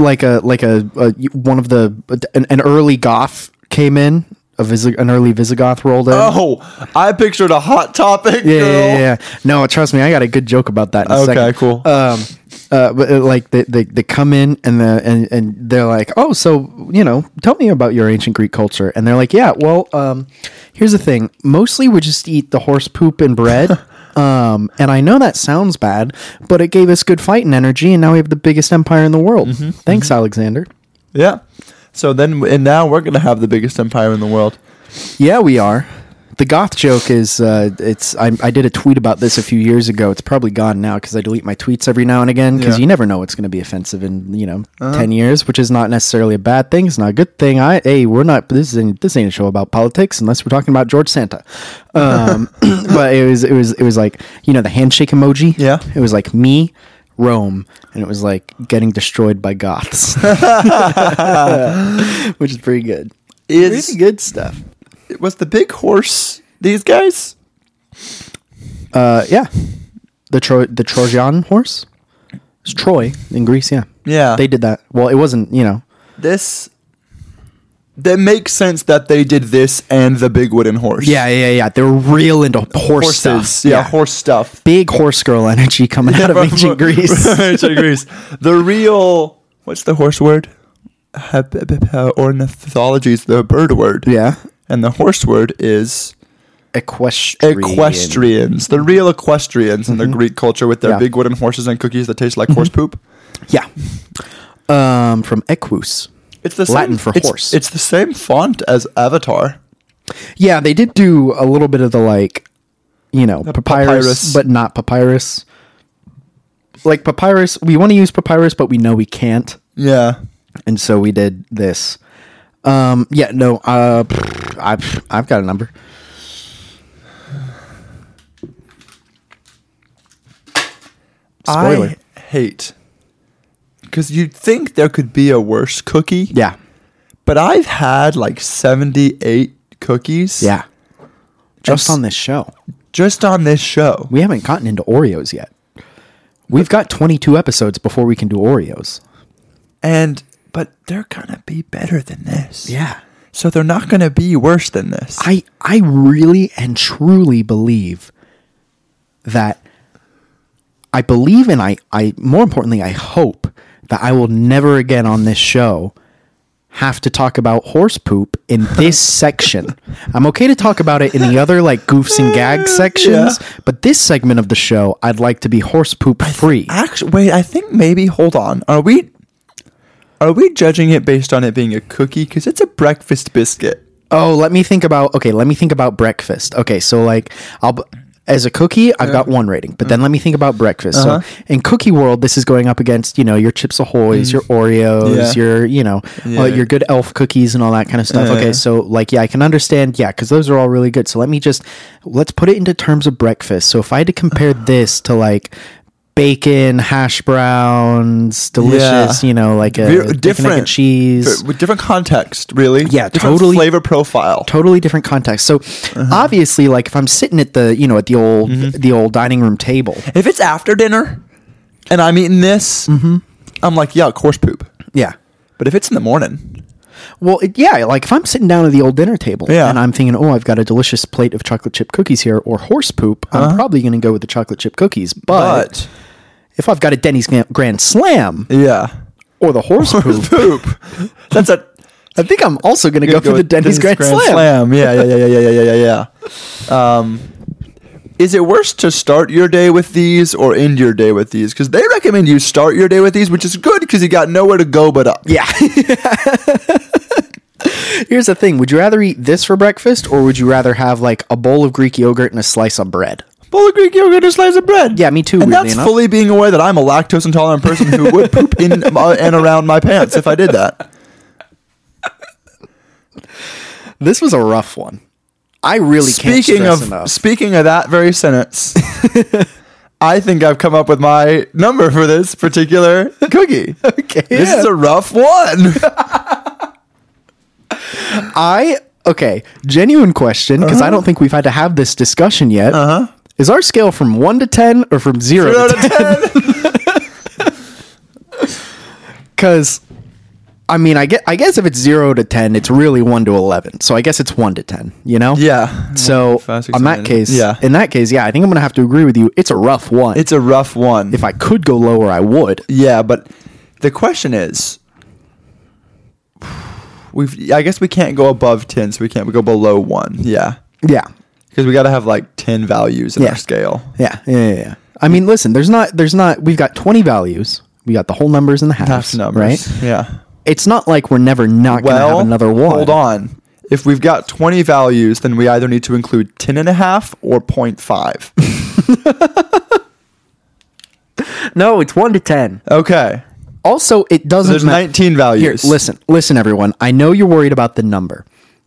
like a like a, a one of the an, an early goth came in, a Visi- an early Visigoth rolled in. Oh, I pictured a hot topic yeah, girl. yeah, yeah, yeah. No, trust me, I got a good joke about that. In a Okay, second. cool. Um, uh, but uh, like they, they, they come in and the and, and they're like, oh, so you know, tell me about your ancient Greek culture. And they're like, yeah, well, um, here's the thing. Mostly, we just eat the horse poop and bread. um, and I know that sounds bad, but it gave us good fighting energy, and now we have the biggest empire in the world. Mm-hmm, Thanks, Alexander. Yeah. So then, and now we're gonna have the biggest empire in the world. Yeah, we are. The goth joke is uh, it's I, I did a tweet about this a few years ago. It's probably gone now because I delete my tweets every now and again because Yeah. Uh-huh. you never know what's going to be offensive in you know ten years, which is not necessarily a bad thing. It's not a good thing. I hey, we're not this isn't this ain't a show about politics unless we're talking about George Santa. Um, but it was it was it was like you know the handshake emoji. Yeah. it was like me. Rome, and it was like getting destroyed by Goths, which is pretty good. Is- pretty good stuff. Was the big horse these guys? Uh, yeah, the Tro- the Trojan horse. It's Troy in Greece. Yeah, Yeah. they did that. Well, it wasn't. You know, This. That makes sense that they did this and the big wooden horse. yeah, yeah, yeah. They're real into horse Horses. stuff. Yeah, horse stuff. big horse girl energy coming out of From- ancient from- Greece. from ancient Greece. The real what's the horse word? Hep- hep- hep- uh, Ornithology is the bird word. yeah, And the horse word is equestrian. Mm-hmm. equestrians. The real equestrians in the Greek culture with their Yeah. Mm-hmm. big wooden horses and cookies that taste like horse poop. Yeah, um, from equus. It's the Latin same, for it's- horse. It's the same font as Avatar. Yeah, they did do a little bit of the like, you know, papyrus, papyrus. but not papyrus. Like papyrus, we want to use papyrus, but we know we can't. Yeah. and so we did this Um, yeah, no, uh, pfft, I've, I've got a number. Spoiler. I hate because you'd think there could be a worse cookie. Yeah. But I've had like 78 cookies. Yeah. Just And s- on this show. Just on this show. We haven't gotten into Oreos yet. We've got 22 episodes before we can do Oreos. And, but they're going to be better than this. Yeah. So they're not going to be worse than this. I I really and truly believe that I believe and I I more importantly I hope that I will never again on this show have to talk about horse poop in this section. I'm okay to talk about it in the other like goofs and gags sections, but this segment of the show I'd like to be horse poop free. Actually, wait, I think maybe, hold on. Are we, are we judging it based on it being a cookie? Because it's a breakfast biscuit. Oh, let me think about. Okay, let me think about breakfast. Okay, so like I'll b- as a cookie, I've got one rating, but Mm. then let me think about breakfast. Uh-huh. So in cookie world, this is going up against you know your Chips Ahoy's, your Oreos, Mm. Yeah. your you know uh, Yeah. your good Elf cookies and all that kind of stuff. okay, so like yeah, I can understand yeah because those are all really good. So let me just let's put it into terms of breakfast. So if I had to compare this to like. Bacon, hash browns, delicious. Yeah. You know, like a Ver- different different cheese, But with different context, really. Yeah, different totally- Flavor profile. totally different context. So obviously, like if I'm sitting at the you know at the old the old dining room table, if it's after dinner, and I'm eating this, Mm-hmm. I'm like, yeah, of course poop. yeah. But if it's in the morning, Well, it, yeah, like if I'm sitting down at the old dinner table Yeah. and I'm thinking, oh, I've got a delicious plate of chocolate chip cookies here or horse poop, I'm probably going to go with the chocolate chip cookies. Uh-huh. But, but if I've got a Denny's Gran- Grand Slam yeah, or the horse poop, poop. That's a I think I'm also going to go, for the with Denny's, Grand, Slam. Yeah, yeah, yeah, yeah, yeah, yeah, yeah, yeah. Um, is it worse to start your day with these or end your day with these? Because they recommend you start your day with these, which is good because you got nowhere to go but up. Yeah. Here's the thing: Would you rather eat this for breakfast, or would you rather have like a bowl of Greek yogurt and a slice of bread? Bowl of Greek yogurt and slice of bread. Yeah, me too, And weirdly that's enough. fully being aware that I'm a lactose intolerant person who would poop in my, and around my pants if I did that. This was a rough one. I really Speaking can't stress of enough. speaking of that very sentence, I think I've come up with my number for this particular cookie. Okay. This is a rough one. I okay, genuine question because Uh-huh. I don't think we've had to have this discussion yet. Uh-huh. Is our scale from 1 to 10 or from 0 Zero to to 10? ten. Cuz I mean, I get I guess if it's 0 to 10, it's really 1 to 11. So I guess it's 1 to 10, you know? Yeah. So Five, six, on that seven, eight. case, Yeah. in that case, yeah, I think I'm going to have to agree with you. It's a rough one. It's a rough one. if I could go lower, I would. yeah, but the question is we've I guess we can't go above 10, so we can't go below 1. Yeah. Yeah. Cuz we got to have like 10 values in Yeah. our scale. Yeah, yeah, yeah, yeah. I mean, listen, there's not, there's not. We've got 20 values. We got the whole numbers and the halves, Half numbers. right? Yeah. It's not like we're never not going to Well, have another one. Hold on. If we've got 20 values, then we either need to include 10 and a half or 0.5. No, it's one to 10. okay. Also, it doesn't. There's ma- 19 Here, values. listen, listen, everyone. I know you're worried about the number.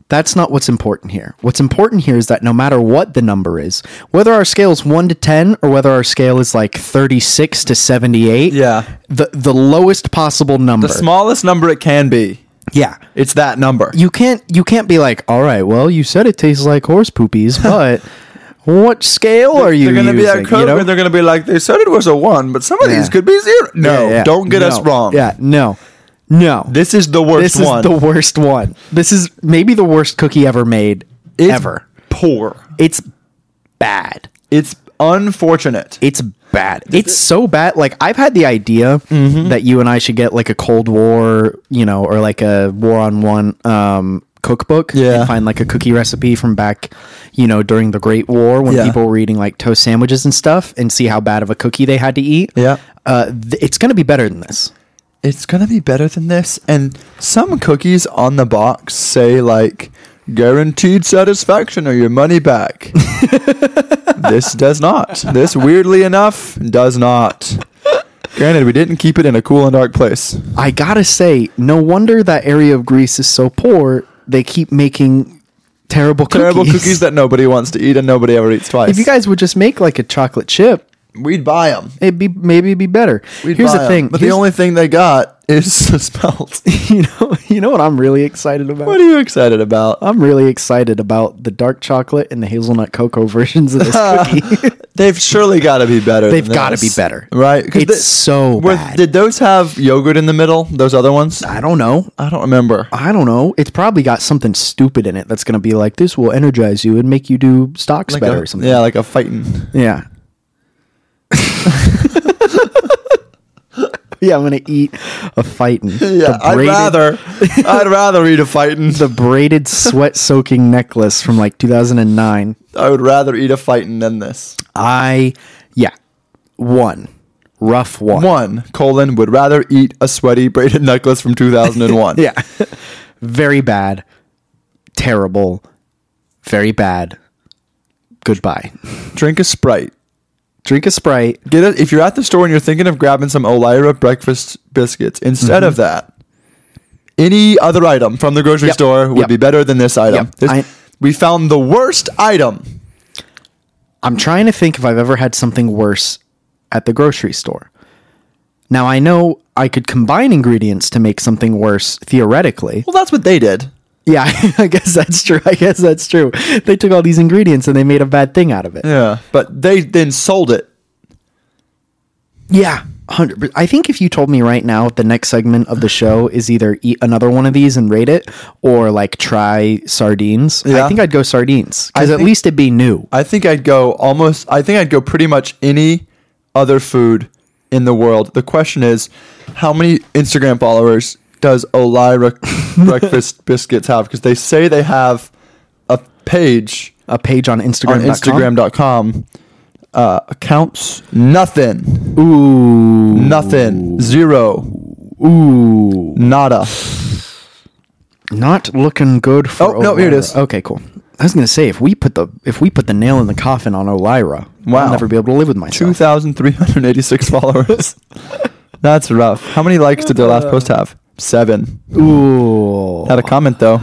That's not what's important here. What's important here is that no matter what the number is, whether our scale is one to ten or whether our scale is like thirty-six to seventy-eight, Yeah. the the lowest possible number, The smallest number it can be. yeah, It's that number. you can't you can't be like, all right, well, you said it tastes like horse poopies, but what scale are you they're gonna be using? at Kroger. you know? They're gonna be like, they said it was a one, but some of Yeah. these could be zero. No, Yeah, yeah, don't get us no, wrong. Yeah, no, no. this is the worst This is one. the worst one. This is maybe the worst cookie ever made It's ever. poor. It's bad. It's unfortunate. It's bad. It's so bad. Like I've had the idea Mm-hmm. that you and I should get like a Cold War, you know, or like a War on One um, cookbook. Yeah. And find like a cookie recipe from back, you know, during the Great War when Yeah. people were eating like toast sandwiches and stuff, and see how bad of a cookie they had to eat. Yeah. Uh, th- it's gonna be better than this. It's gonna be better than this. And some cookies on the box say like, guaranteed satisfaction or your money back. this does not. This weirdly enough does not. Granted, we didn't keep it in a cool and dark place. I gotta say, no wonder that area of Greece is so poor. They keep making terrible cookies. Terrible cookies that nobody wants to eat and nobody ever eats twice. if you guys would just make like a chocolate chip, We'd buy them. it'd be maybe it'd be better. Here's the thing. But Here's- the only thing they got is the spelt. you know, you know what I'm really excited about. what are you excited about? I'm really excited about the dark chocolate and the hazelnut cocoa versions of this cookie. They've surely got to be better. They've got gotta to be better. right? 'Cause It's they- so were- bad. Did those have yogurt in the middle? Those other ones? I don't know. I don't remember. I don't know. It's probably got something stupid in it that's going to be like this will energize you and make you do stocks better a, or something. Yeah, like a fighting. Yeah. yeah, I'm gonna eat a fightin'. Yeah, The I'd braided- rather I'd rather eat a fighting. the braided sweat soaking necklace from like 2009. I would rather eat a fighting than this. I yeah, one rough one. One colon would rather eat a sweaty braided necklace from 2001. Yeah, very bad, terrible, very bad. Goodbye. drink a sprite. Drink a sprite. Get it if you're at the store and you're thinking of grabbing some Olira breakfast biscuits instead of that. Any other item from the grocery Mm-hmm. Yep. store would Yep. be better than this item. Yep. This- I- we found the worst item. I'm trying to think if I've ever had something worse at the grocery store. Now I know I could combine ingredients to make something worse theoretically. Well, that's what they did. Yeah, I guess that's true. I guess that's true. They took all these ingredients and they made a bad thing out of it. Yeah, but they then sold it. Yeah, hundred. per- I think if you told me right now, the next segment of the show is either eat another one of these and rate it, or like try sardines. Yeah. I think I'd go sardines I because at think- least it'd be new. I think I'd go almost. I think I'd go pretty much any other food in the world. The question is, how many Instagram followers does Olira Breakfast Biscuits have? Because they say they have a page A page on Instagram. on Instagram.com. Uh, accounts nothing, Ooh, nothing, zero, ooh, nada. not looking good for. Oh, no, here it Olyra. is. Okay, cool. I was gonna say if we put the if we put the nail in the coffin on Olira, Wow. I'll never be able to live with myself. Two thousand three hundred eighty-six followers. That's rough. How many likes did their last post have? Seven. Ooh, Had a comment though.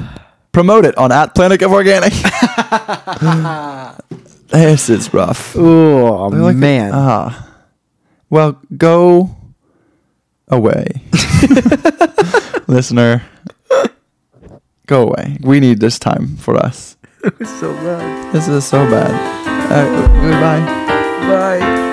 Promote it on at Planet of Organic. this is rough. ooh, like it. man. Ah. Well, go away. Listener. Go away. We need this time for us. so bad. This is so bad. Uh, goodbye. Bye.